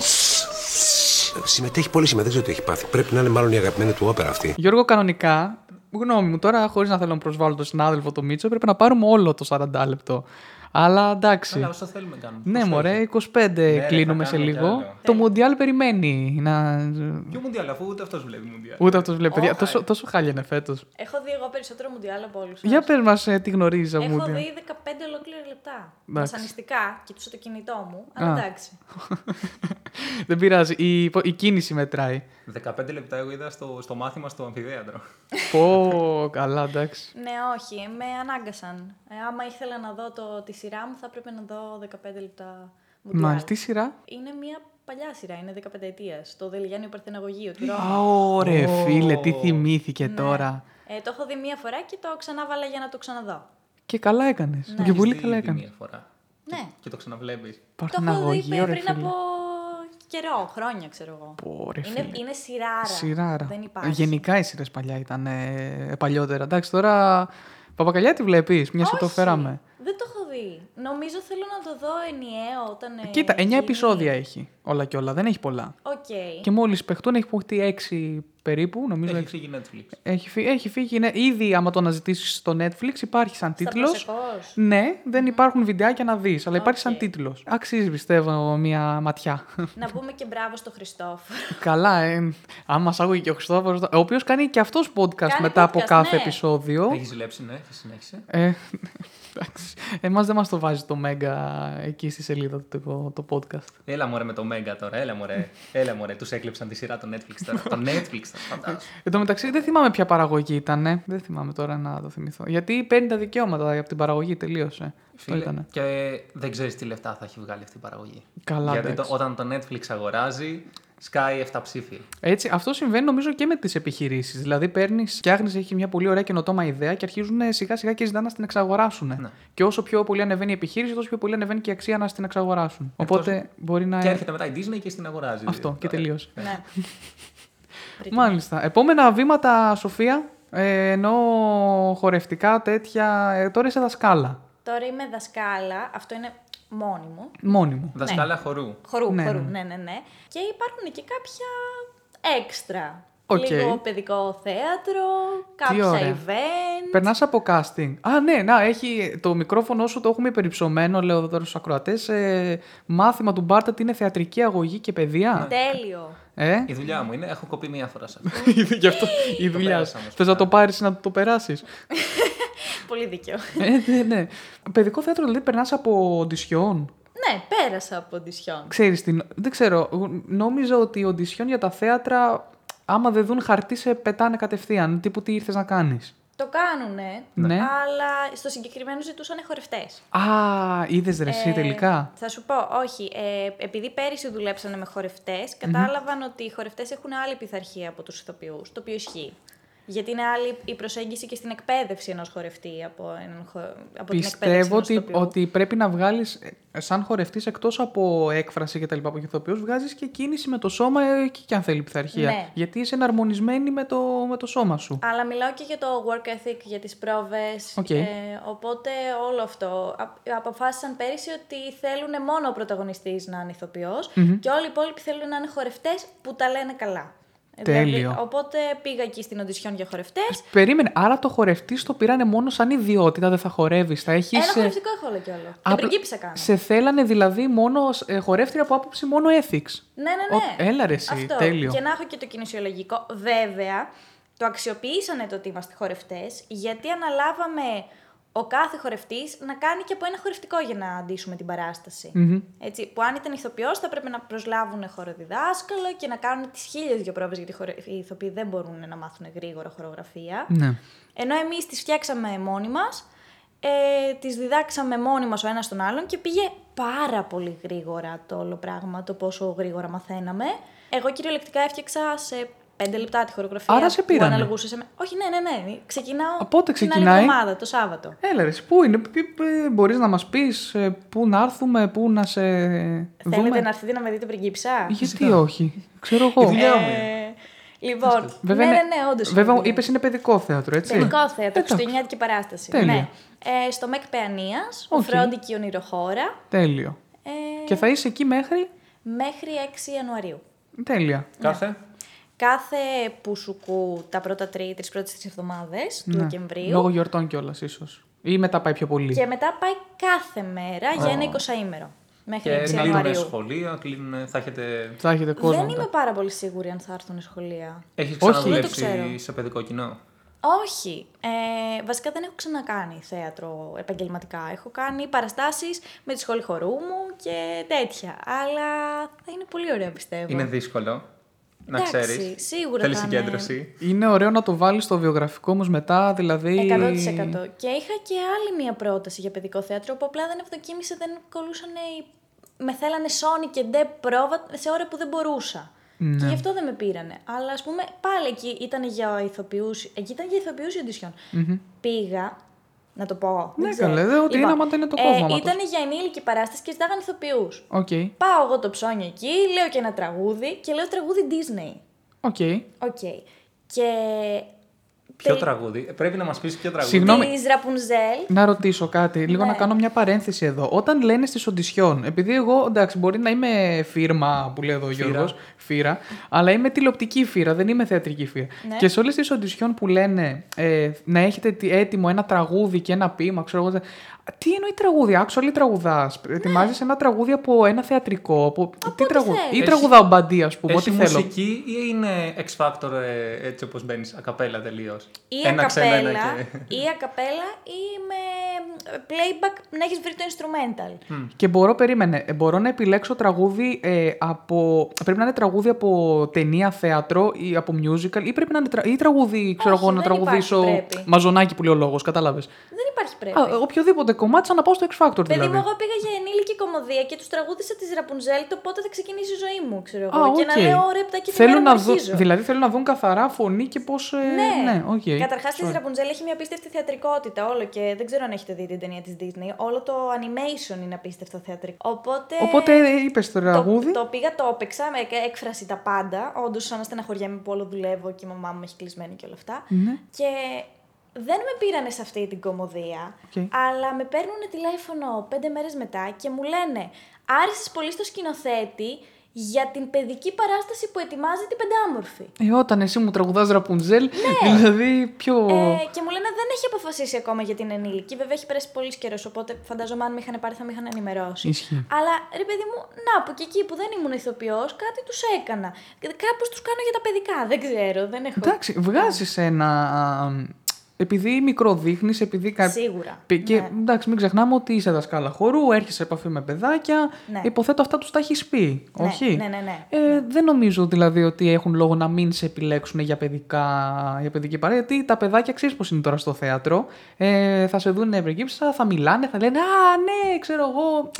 F: συμμετέχει πολύ σήμερα, δεν ξέρω τι έχει πάθει. Πρέπει να είναι μάλλον η αγαπημένη του όπερα αυτή.
C: Γιώργο, κανονικά, γνώμη μου τώρα, χωρίς να θέλω να προσβάλλω τον συνάδελφο το Μίτσο, πρέπει να πάρουμε όλο το 40 λεπτό. Αλλά εντάξει.
B: Αλλά όσο θέλουμε κάνουμε.
C: Ναι,
B: Πώς το
C: μωρέ,
B: έχει.
C: 25
B: Ναι, θα
C: κλείνουμε σε
B: κάνουμε κι
C: λίγο.
B: άλλο.
C: Το Μουντιάλ περιμένει να.
B: Ποιο μουντιάλ, αφού ούτε αυτός βλέπει μουντιάλ.
C: Ούτε αυτός βλέπει. παιδιά.
B: Ω,
C: τόσο,
B: χάρη.
C: τόσο χάλια είναι φέτος.
D: Έχω δει εγώ περισσότερο μουντιάλ από όλους.
C: Για πες μας, τι γνωρίζει από
D: Έχω
C: Μουντιάλ.
D: δει 15 ολόκληρα λεπτά.
C: Εντάξει.
D: Βασανιστικά, κοιτούσα το κινητό μου. Αλλά
C: Α.
D: εντάξει.
C: Δεν πειράζει. Η, υπο- η κίνηση μετράει.
B: 15 λεπτά εγώ είδα στο, στο μάθημα στο αμφιδέατρο.
C: Πω, καλά, εντάξει.
D: Ναι, όχι, με ανάγκασαν. Ε, άμα ήθελα να δω το, τη σειρά μου, θα έπρεπε να δω 15 λεπτά μουντιάλ.
C: Μάλιστα, τι σειρά.
D: Είναι μια παλιά σειρά, είναι 15 ετία. Το Δελιγιάννιο Παρθεναγωγείο του Ρώμα.
C: Α, ωραία,
B: Ω.
C: φίλε, τι θυμήθηκε τώρα.
D: Ε, το έχω δει μία φορά και το ξανάβαλα για να το ξαναδώ.
C: Και καλά έκανες. Και
B: Έχεις
C: πολύ
B: δει
C: καλά
B: ήδη
C: έκανες.
B: Μία φορά.
D: Ναι.
B: Και το ξαναβλέπεις.
D: Το έχω δει
C: Παρθεναγωγείο,
D: πριν
C: ρε φίλε.
D: από καιρό, χρόνια ξέρω εγώ.
C: Πω, ρε
D: είναι,
C: φίλε.
D: είναι σειράρα.
C: Σειράρα.
D: Δεν υπάρχει.
C: Γενικά οι σειρές παλιά ήταν ε, παλιότερα. Εντάξει, τώρα. Παπακαλιά τη βλέπεις, μια σου το
D: Όχι,
C: φέραμε.
D: Δεν το έχω δει πολύ. Νομίζω θέλω να το δω ενιαίο όταν. ε,
C: Κοίτα, 9
D: γίνει.
C: επεισόδια έχει όλα και όλα. Δεν έχει πολλά.
D: Οκ.
C: Και μόλις παιχτούν έχει παιχτεί 6 περίπου,
B: Έχει
C: νομίζω. Έχει,
B: φύγει Netflix.
C: έχει, φύ- έχει φύγει. ναι. ήδη, άμα το αναζητήσεις στο Netflix, υπάρχει σαν τίτλος.
D: προσεχώς?
C: Ναι, δεν υπάρχουν βιντεάκια να δεις, αλλά υπάρχει σαν
D: Οκ.
C: τίτλος. Αξίζει, πιστεύω, μία ματιά.
D: Να πούμε και μπράβο στο Χριστόφορο.
C: Καλά, ε. Αν μα άκουγε και ο Χριστόφορος, ο οποίος κάνει και αυτός podcast
D: Κάνει
C: μετά από
D: podcast,
C: κάθε
D: ναι.
C: επεισόδιο.
B: Έχεις ζηλέψει, ναι, και συνέχισε.
C: Ε, εντάξει. Εμάς δεν μας το βάζει το Μέγκα εκεί στη σελίδα του το, το podcast.
B: Έλα μωρέ με το Μέγκα τώρα, έλα μωρέ. Έλα μωρέ, τους έκλεψαν τη σειρά το Netflix τώρα. το Netflix θα φαντάσου.
C: Εν τω μεταξύ δεν θυμάμαι ποια παραγωγή ήταν. ε. Δεν θυμάμαι τώρα να το θυμηθώ. Γιατί παίρνει τα δικαιώματα από την παραγωγή, τελείωσε. Αυτό
B: Φίλε,
C: ήταν.
B: και δεν ξέρεις τι λεφτά θα έχει βγάλει αυτή η παραγωγή.
C: Καλά,
B: Γιατί το,
C: εντάξει.
B: όταν το Netflix αγοράζει, σκάει 7 ψήφοι.
C: Έτσι, αυτό συμβαίνει νομίζω και με τις επιχειρήσεις. Δηλαδή, παίρνεις, φτιάχνεις, έχει μια πολύ ωραία καινοτόμα ιδέα και αρχίζουν ε, σιγά σιγά και ζητάνε να την εξαγοράσουν.
B: Ναι.
C: Και όσο πιο πολύ ανεβαίνει η επιχείρηση, τόσο πιο πολύ ανεβαίνει και η αξία να την εξαγοράσουν. Οπότε μπορεί να. ε,
B: Και έρχεται μετά η Disney και στην αγοράζει.
C: Ναι.
B: Ε,
C: Αυτό και
B: Ωραία.
C: τελείωσε.
D: ναι.
C: Μάλιστα. Επόμενα βήματα, Σοφία, ε, ενώ χορευτικά τέτοια. ε, τώρα είσαι δασκάλα.
D: Τώρα είμαι δασκάλα. Αυτό είναι μόνιμο.
C: Μόνιμο.
B: Δασκάλα χορού.
D: Χορού,
C: Ναι,
D: ναι, χορού.
C: ναι.
D: Ναι, ναι, ναι. Και υπάρχουν και κάποια έξτρα.
C: Οκ.
D: Λίγο παιδικό θέατρο,
C: ωραία.
D: κάποια event.
C: Περνάς από casting. Α, ναι, να, έχει το μικρόφωνο σου το έχουμε υπερυψωμένο, λέω εδώ τώρα στους ακροατές. Ε, μάθημα του Μπάρτα τι είναι θεατρική αγωγή και παιδεία.
D: Τέλειο.
C: Ναι. Ε,
B: Η δουλειά μου είναι, έχω κοπεί μία φορά σε αυτό.
C: γι' αυτό η δουλειά σου.
B: πέρασα όμως,
C: Θες να το πάρεις να το περάσεις.
D: Πολύ δίκαιο.
C: ε, ναι, ναι. Παιδικό θέατρο δηλαδή περνάς από οντισιόν.
D: ναι, πέρασα από οντισιόν.
C: Ξέρεις τι, δεν ξέρω, γ- νόμιζα ότι οι οντισιόν για τα θέατρα, άμα δεν δουν χαρτί, σε πετάνε κατευθείαν, τύπου τι ήρθες να κάνεις.
D: Το κάνουνε,
C: Ναι.
D: αλλά στο συγκεκριμένο ζητούσαν χορευτές.
C: Α, είδες ρε εσύ
D: Ε,
C: τελικά.
D: Θα σου πω, όχι. Ε, επειδή πέρυσι δουλέψανε με χορευτές, κατάλαβαν ότι οι χορευτές έχουν άλλη πειθαρχία από τους ηθοποιούς, το οποίο ισχύει. Γιατί είναι άλλη η προσέγγιση και στην εκπαίδευση ενός χορευτή από, έναν χο... από την εκπαίδευση
C: Πιστεύω
D: ενός
C: ότι,
D: ηθοποιού.
C: ότι πρέπει να βγάλεις, ε, σαν χορευτής, εκτός από έκφραση και τα λοιπά που έχει ηθοποιός, βγάζεις και κίνηση με το σώμα ε, και, και αν θέλει πειθαρχία.
D: Ναι.
C: Γιατί είσαι εναρμονισμένη με το, με το σώμα σου.
D: Αλλά μιλάω και για το work ethic, για τις πρόβες,
C: Οκ.
D: ε, οπότε όλο αυτό. Α- Αποφάσισαν πέρυσι ότι θέλουν μόνο ο πρωταγωνιστής να είναι ηθοποιός και όλοι οι υπόλοιποι θέλουν να είναι χορευτές που τα λένε καλά. Ε,
C: Τέλειο.
D: οπότε πήγα εκεί στην οντισιόν για χορευτές.
C: Περίμενε, άρα το χορευτής το πήρανε μόνο σαν ιδιότητα, δεν θα χορεύεις, θα έχεις...
D: Ένα
C: ε,
D: χορευτικό έχω όλο και όλο. Την
C: Απλά-
D: πριγκίπισσα κάνω.
C: Σε θέλανε δηλαδή μόνο ως, ε, χορεύτρια από άποψη μόνο ethics.
D: Ναι, ναι, ναι.
C: Ο- έλα ρε εσύ,
D: Αυτό.
C: τέλειο.
D: Και να έχω και το κινησιολογικό. Βέβαια, το αξιοποιήσανε το ότι είμαστε χορευτές, γιατί αναλάβαμε ο κάθε χορευτής να κάνει και από ένα χορευτικό για να αντίσουμε την παρασταση Έτσι, που αν ήταν ηθοποιός, θα πρέπει να προσλάβουν χοροδιδάσκαλο και να κάνουν τις χίλιες δυο πρόβες, γιατί οι χορε- οι ηθοποιοί δεν μπορούν να μάθουν γρήγορα χορογραφία.
C: Ναι.
D: Ενώ εμείς τις φτιάξαμε μόνοι μας, ε, τις διδάξαμε μόνοι μας ο ένας τον άλλον και πήγε πάρα πολύ γρήγορα το όλο πράγμα, το πόσο γρήγορα μαθαίναμε. Εγώ κυριολεκτικά έφτιαξα σε πέντε λεπτά τη χορογραφία.
C: Άρα σε
D: που
C: πήρανε.
D: αναλογούσε σε... μέ- Όχι, ναι, ναι, ναι. Ξεκινάω.
C: Από πότε
D: Την
C: ξεκινάει?
D: άλλη εβδομάδα, το Σάββατο.
C: Έλα ρε, εσύ, πού είναι, π- π- μπορείς να μας πεις ε, πού να έρθουμε, πού να σε δούμε.
D: Θέλετε να έρθετε να με δείτε πριγκίψα.
C: Γιατί όχι, ξέρω εγώ.
B: δουλειά-
D: Ε, λοιπόν,
C: Βέβαια
D: ναι, ναι,
C: είναι-
D: ναι, όντως είναι
C: Βέβαια
D: δουλειά.
C: είπες είναι παιδικό θέατρο, έτσι.
D: Παιδικό θέατρο,
C: Εντάξει,
D: Χριστουγεννιάτικη παράσταση.
C: Τέλεια.
D: Ναι. Ε, στο ΜΕΚ Παιανίας,
C: Οκ.
D: ο Φρόντικη Ονειροχώρα.
C: Τέλειο.
D: Ε,
C: Και θα είσαι εκεί μέχρι,
D: μέχρι 6 Ιανουαρίου.
C: τέλεια.
B: Κάθε.
D: Κάθε πουσουκού τα πρώτα τρει, τρεις πρώτες τρεις εβδομάδες του
C: Ναι.
D: Δεκεμβρίου
C: Λόγω γιορτών κιόλας ίσως. Ή μετά πάει πιο πολύ.
D: και μετά πάει κάθε μέρα για ένα 20ήμερο μέχρι
B: Και
D: 6
B: κλείνουν
D: Ιανουαρίου.
B: σχολεία, κλείνουν, θα έχετε...
C: Θα έχετε κόσμο.
D: Δεν
C: μετά.
D: είμαι πάρα πολύ σίγουρη αν θα έρθουν σχολεία.
B: Έχεις
C: Όχι, δεν το
B: ξαναδουλέψει
D: ξέρω.
B: σε παιδικό κοινό.
D: Όχι. Ε, βασικά δεν έχω ξανακάνει θέατρο επαγγελματικά. Έχω κάνει παραστάσεις με τη σχολή χορού μου και τέτοια. Αλλά θα είναι πολύ ωραία πιστεύω.
B: Είναι δύσκολο. Να
D: Εντάξει,
B: ξέρεις.
D: σίγουρα
B: Θέλει
D: θα είναι.
B: συγκέντρωση.
C: Είναι ωραίο να το βάλεις στο βιογραφικό μας μετά, δηλαδή...
D: 100%. Και είχα και άλλη μία πρόταση για παιδικό θέατρο που απλά δεν ευδοκίμησε, δεν κολούσαν οι... Με θέλανε Sony και ντε πρόβα σε ώρα που δεν μπορούσα.
C: Ναι.
D: Και γι' αυτό δεν με πήρανε. Αλλά ας πούμε πάλι εκεί ήταν για ηθοποιούς. Εκεί ήταν για ηθοποιούς οντισιόν. Πήγα. Να το πω. δεν
C: Ναι,
D: ξέρω.
C: καλέ, δε, ό,τι είναι, άμα το είναι το κόβωμα τους.
D: Ήταν για ενήλικη παράσταση και ζητάγαν ηθοποιούς.
C: Οκ,
D: Πάω εγώ το ψώνιο εκεί, λέω και ένα τραγούδι και λέω τραγούδι Disney.
C: οκ.
D: Οκ. Και
B: Ποιο τραγούδι. Ε, Πρέπει να μας πεις ποιο τραγούδι.
C: Συγγνώμη.
D: Της Ραπουνζέλ.
C: Να ρωτήσω κάτι, λίγο
D: Ναι.
C: να κάνω μια παρένθεση εδώ. Όταν λένε στις οντισιόν, επειδή εγώ εντάξει, μπορεί να είμαι φύρμα που λέει εδώ ο
B: Φύρα.
C: Γιώργος, φύρα, αλλά είμαι τηλεοπτική φύρα, δεν είμαι θεατρική φύρα.
D: Ναι.
C: Και σε όλες τις οντισιόν που λένε ε, να έχετε τι- έτοιμο ένα τραγούδι και ένα ποίημα, ξέρω εγώ. Τι εννοεί τραγούδι, actually τραγουδά. Ετοιμάζεις ένα τραγούδι από ένα θεατρικό. Από,
D: Ναι. ό,τι θες.
C: Ή
B: Έχει-
C: τραγουδά ο Μπαντή, ας πούμε, ό,τι
B: Έχει
C: θέλω.
B: μουσική ή είναι X Factor ε, έτσι όπως μπαίνεις, ακαπέλα τελείως.
D: Ή ακαπέλα, ή ακαπέλα ή με ε, playback να έχεις βρει το instrumental.
C: Και μπορώ, περίμενε, ε, μπορώ να επιλέξω τραγούδι ε, από. Πρέπει να είναι τραγούδι από ταινία, θέατρο ή από musical ή πρέπει να είναι τρα... ή τραγούδι, ξέρω
D: Όχι,
C: εγώ, να
D: δεν υπάρχει
C: τραγουδήσω.
D: πρέπει.
C: Μαζονάκι που λέει ο λόγος, κατάλαβες.
D: Δεν υπάρχει πρέπει.
C: Οποιοδήποτε κομμάτι σαν να πάω στο X Factor
D: Παιδί
C: δηλαδή.
D: μου, εγώ πήγα για ενήλικη κομμωδία και τους τραγούδισα τη Ραπουνζέλ το πότε θα ξεκινήσει η ζωή μου, ξέρω εγώ.
C: Α,
D: και να
C: οκ.
D: λέω ρε, πτάκι,
C: Θέλω
D: θέλω
C: να δω- Δηλαδή θέλω να δουν καθαρά φωνή και πώς. Ε...
D: Ναι,
C: ναι οκ.
D: Καταρχάς, τη
C: Sorry.
D: Ραπουνζέλ έχει μια απίστευτη θεατρικότητα. Όλο και δεν ξέρω αν έχετε δει την ταινία της Disney. Όλο το animation είναι απίστευτο θεατρικό. Οπότε.
C: Οπότε είπες το τραγούδι.
D: Ε, Το, το πήγα, το έπαιξα με έκφραση τα πάντα. Όντως, σαν στεναχωριέμαι που όλο δουλεύω και η μαμά μου με έχει κλεισμένη και όλα αυτά.
C: Ναι.
D: Και δεν με πήρανε σε αυτή την κομμωδία,
C: Οκ.
D: αλλά με παίρνουν τηλέφωνο πέντε μέρες μετά και μου λένε «Άρεσες πολύ στο σκηνοθέτη για την παιδική παράσταση που ετοιμάζει την πεντάμορφη».
C: Ε, όταν εσύ μου τραγουδάς Ραπουνζέλ, δηλαδή πιο.
D: Ναι. Ε, και μου λένε δεν έχει αποφασίσει ακόμα για την ενήλικη. Βέβαια έχει περάσει πολύ καιρός, οπότε φαντάζομαι αν με είχαν πάρει θα με είχαν ενημερώσει.
C: Ισχύει.
D: Αλλά ρε παιδί μου, να που και εκεί που δεν ήμουν ηθοποιός, κάτι τους έκανα. Κάπως τους κάνω για τα παιδικά, δεν ξέρω, δεν έχω.
C: Εντάξει,
D: Ναι.
C: βγάζεις ένα. α, Επειδή μικροδείχνεις, επειδή. κα-
D: Σίγουρα.
C: Πε- Και
D: ναι.
C: εντάξει, μην ξεχνάμε ότι είσαι δασκάλα χορού, έρχεσαι σε επαφή με παιδάκια.
D: Ναι.
C: Υποθέτω αυτά τους τα έχεις πει,
D: Ναι,
C: όχι.
D: ναι, ναι, ναι.
C: Ε, Δεν νομίζω δηλαδή ότι έχουν λόγο να μην σε επιλέξουν για, παιδικά, για παιδική παρέα. Γιατί τα παιδάκια ξέρεις πώς είναι τώρα στο θέατρο. Ε, θα σε δουν ευρυγύψα, θα μιλάνε, θα λένε Α, ναι, ξέρω εγώ.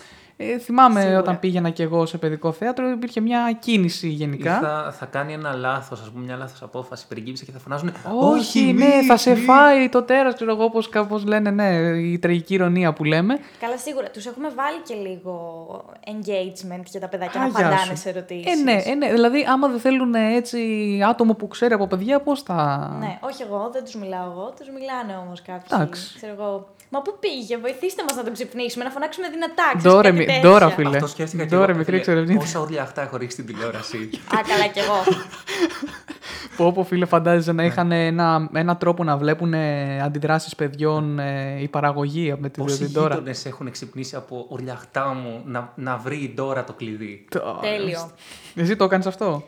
C: Ε, θυμάμαι
D: Σίγουρα.
C: όταν πήγαινα κι εγώ σε παιδικό θέατρο, υπήρχε μια κίνηση
B: Ή
C: γενικά.
B: θα, θα κάνει ένα λάθος, ας πούμε, μια λάθος απόφαση πριγκίπισσα και θα φωνάζουν.
C: Όχι, ναι, θα σε φάει το τέρας, ξέρω εγώ, όπως κάπως λένε, ναι, η τραγική ηρωνία που λέμε.
D: Καλά, σίγουρα. Τους έχουμε βάλει και λίγο engagement για τα παιδάκια
C: Α,
D: να
C: γεια
D: απαντάνε
C: σου.
D: σε ερωτήσεις.
C: Ε, ναι, ε, ναι, δηλαδή άμα δεν θέλουν ε, έτσι άτομο που ξέρει από παιδιά, πώς θα...
D: Ναι, όχι εγώ, δεν τους μιλάω εγώ, τους μιλάνε όμως κάποιοι.
C: Εντάξει.
D: Ξέρω εγώ. Μα πού πήγε, βοηθήστε μας να τον ξυπνήσουμε, να φωνάξουμε δυνατά. ξέρεις,
C: Ντόρε,
D: κάτι
C: μη-
D: τέτοια.
C: ντόρα, φίλε.
B: Αυτό σκέφτηκα και
C: Τώρα,
B: εγώ,
C: μικρή
B: φίλε,
C: εξερευνήτρια.
B: Πόσα ορλιαχτά έχω ρίξει στην τηλεόραση.
D: Α, καλά κι εγώ.
C: Πω, πω, φίλε, φαντάζεσαι να είχαν ένα, ένα τρόπο να βλέπουν ε, αντιδράσεις παιδιών ε, η παραγωγή με την,
B: Πόσοι
C: την Ντόρα.
B: γείτονες έχουν ξυπνήσει από ορλιαχτά μου να, να βρει η Ντόρα το κλειδί.
C: Το-
D: Τέλειο.
C: Εσύ το έκανες αυτό.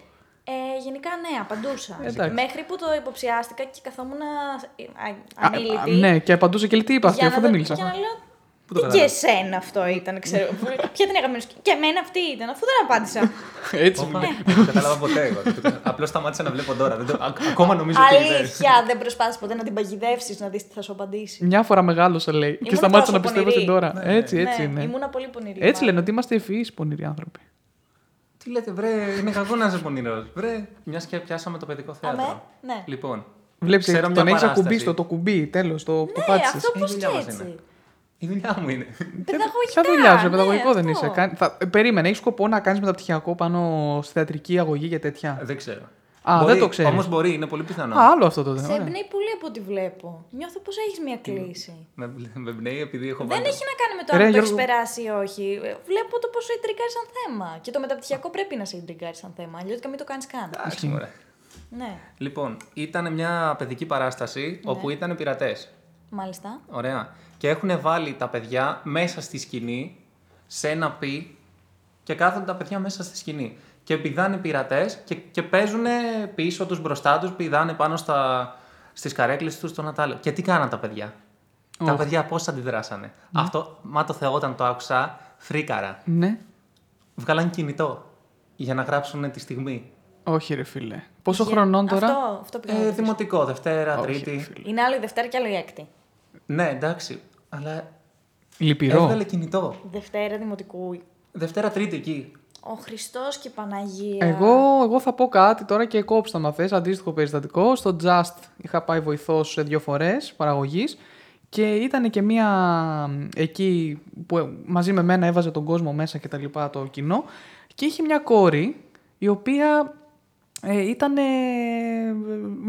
D: Ε, γενικά ναι, απαντούσα.
C: Εντάξει.
D: Μέχρι που το υποψιάστηκα και καθόμουν
C: Α, α,
D: ανήλυτη.
C: ναι, και απαντούσε και λέει τι είπα αυτή,
D: για να
C: αφού δεν
D: δω-
C: μίλησα.
D: Και να λέω.
B: Πού το
D: Τι και
B: καταλάβες?
D: εσένα αυτό ήταν, ξέρω. Ποια την αγαπημένη σου. Και εμένα αυτή ήταν, αφού δεν απάντησα.
C: Έτσι.
B: Όπα,
D: Ναι.
B: Δεν το κατάλαβα ποτέ εγώ. Απλώς σταμάτησα να βλέπω τώρα. Δεν το- ακ- Ακόμα νομίζω ότι δεν.
D: Αλήθεια, δεν προσπάθησε ποτέ να την παγιδεύσεις να δεις τι θα σου απαντήσει.
C: Μια φορά μεγάλωσα, λέει. και
D: Ήμουν
C: σταμάτησα να
D: τόσο
C: πιστεύω στην
D: πονηρή.
C: Ντόρα. έτσι, έτσι
D: ναι.
C: είναι.
D: Ήμουνα πολύ πονηρή.
C: Έτσι
D: μάλλον.
C: λένε ότι είμαστε ευφυείς πονηροί άνθρωποι.
B: Τι λέτε, βρε, είναι κακό να είσαι πονηρό. Βρε, μιας και πιάσαμε το παιδικό
D: Αμέ,
B: θέατρο.
D: ναι.
B: Λοιπόν,
C: Βλέπεις,
B: ξέρω
C: τον
B: μια
C: έχεις
B: παράσταση.
C: ακουμπήσει το, το κουμπί, τέλος, το που
D: Ναι,
C: πάτησε.
D: αυτό
B: Ε,
D: πώς
B: δουλειά
D: και
B: μας
D: έτσι.
B: είναι. η δουλειά μου είναι.
D: Παιδαγωγικά.
C: Ποια δουλειά σου,
D: ναι,
C: παιδαγωγικό δεν
D: αυτό.
C: είσαι. Κάν- θα- ε, περίμενε, έχεις σκοπό να κάνεις μεταπτυχιακό πάνω στη θεατρική αγωγή και τέτοια.
B: Δεν ξέρω.
C: Α, δεν το ξέρεις.
B: Όμως μπορεί, είναι πολύ πιθανό.
C: Α, άλλο αυτό τότε.
D: Σε
C: ωραία.
D: εμπνέει πολύ από ό,τι βλέπω. Νιώθω πως έχεις μια κλίση.
B: Με, με εμπνέει επειδή έχω
D: Δεν
B: βάλει.
D: έχει να κάνει με το
C: Ρε,
D: αν το έχει
C: Γιώργο.
D: περάσει ή όχι. Ε, Βλέπω το πόσο ιντρικάρει σαν θέμα. Και το μεταπτυχιακό πρέπει να σε ιντρικάρει σαν θέμα. Αλλιώς και μην το κάνεις καν.
B: Εντάξει, μωρέ.
D: Ναι,
B: Λοιπόν, ήταν μια παιδική παράσταση όπου ήταν πειρατές.
D: μάλιστα.
B: Ωραία. Και έχουν βάλει τα παιδιά μέσα στη σκηνή, σε ένα πι, και κάθονται τα παιδιά μέσα στη σκηνή. Και πηδάνε πειρατές και, και παίζουν πίσω τους, μπροστά τους, πηδάνε πάνω στα, στις καρέκλες τους, το να τα άλλο. Και τι κάναν τα παιδιά. Τα παιδιά πώς αντιδράσανε. Αυτό, μα το Θεό, όταν το άκουσα, φρίκαρα.
C: Ναι.
B: Βγάλαν κινητό για να γράψουν τη στιγμή.
C: Όχι, ρε φίλε. Πόσο χρονών τώρα.
D: Αυτό, αυτό πήγα να
B: Ε,
D: ρωτήσω.
B: δημοτικό, Δευτέρα,
C: Όχι,
B: Τρίτη.
C: φίλε.
D: Είναι άλλο η Δευτέρα και άλλο η Έκτη.
B: Ναι, εντάξει. Αλλά
C: Λυπηρό.
B: έβγαλε κινητό.
D: Δευτέρα Δημοτικού.
B: Δευτέρα, Τρίτη εκεί.
D: Ο Χριστός και η Παναγία.
C: Εγώ, εγώ θα πω κάτι τώρα και κόψτε να θες, αντίστοιχο περιστατικό. Στο Just είχα πάει βοηθός σε δύο φορές παραγωγής και ήταν και μία μ, εκεί που ε, μαζί με μένα έβαζε τον κόσμο μέσα και τα λοιπά το κοινό και είχε μια κόρη η οποία Ε, ήταν ε,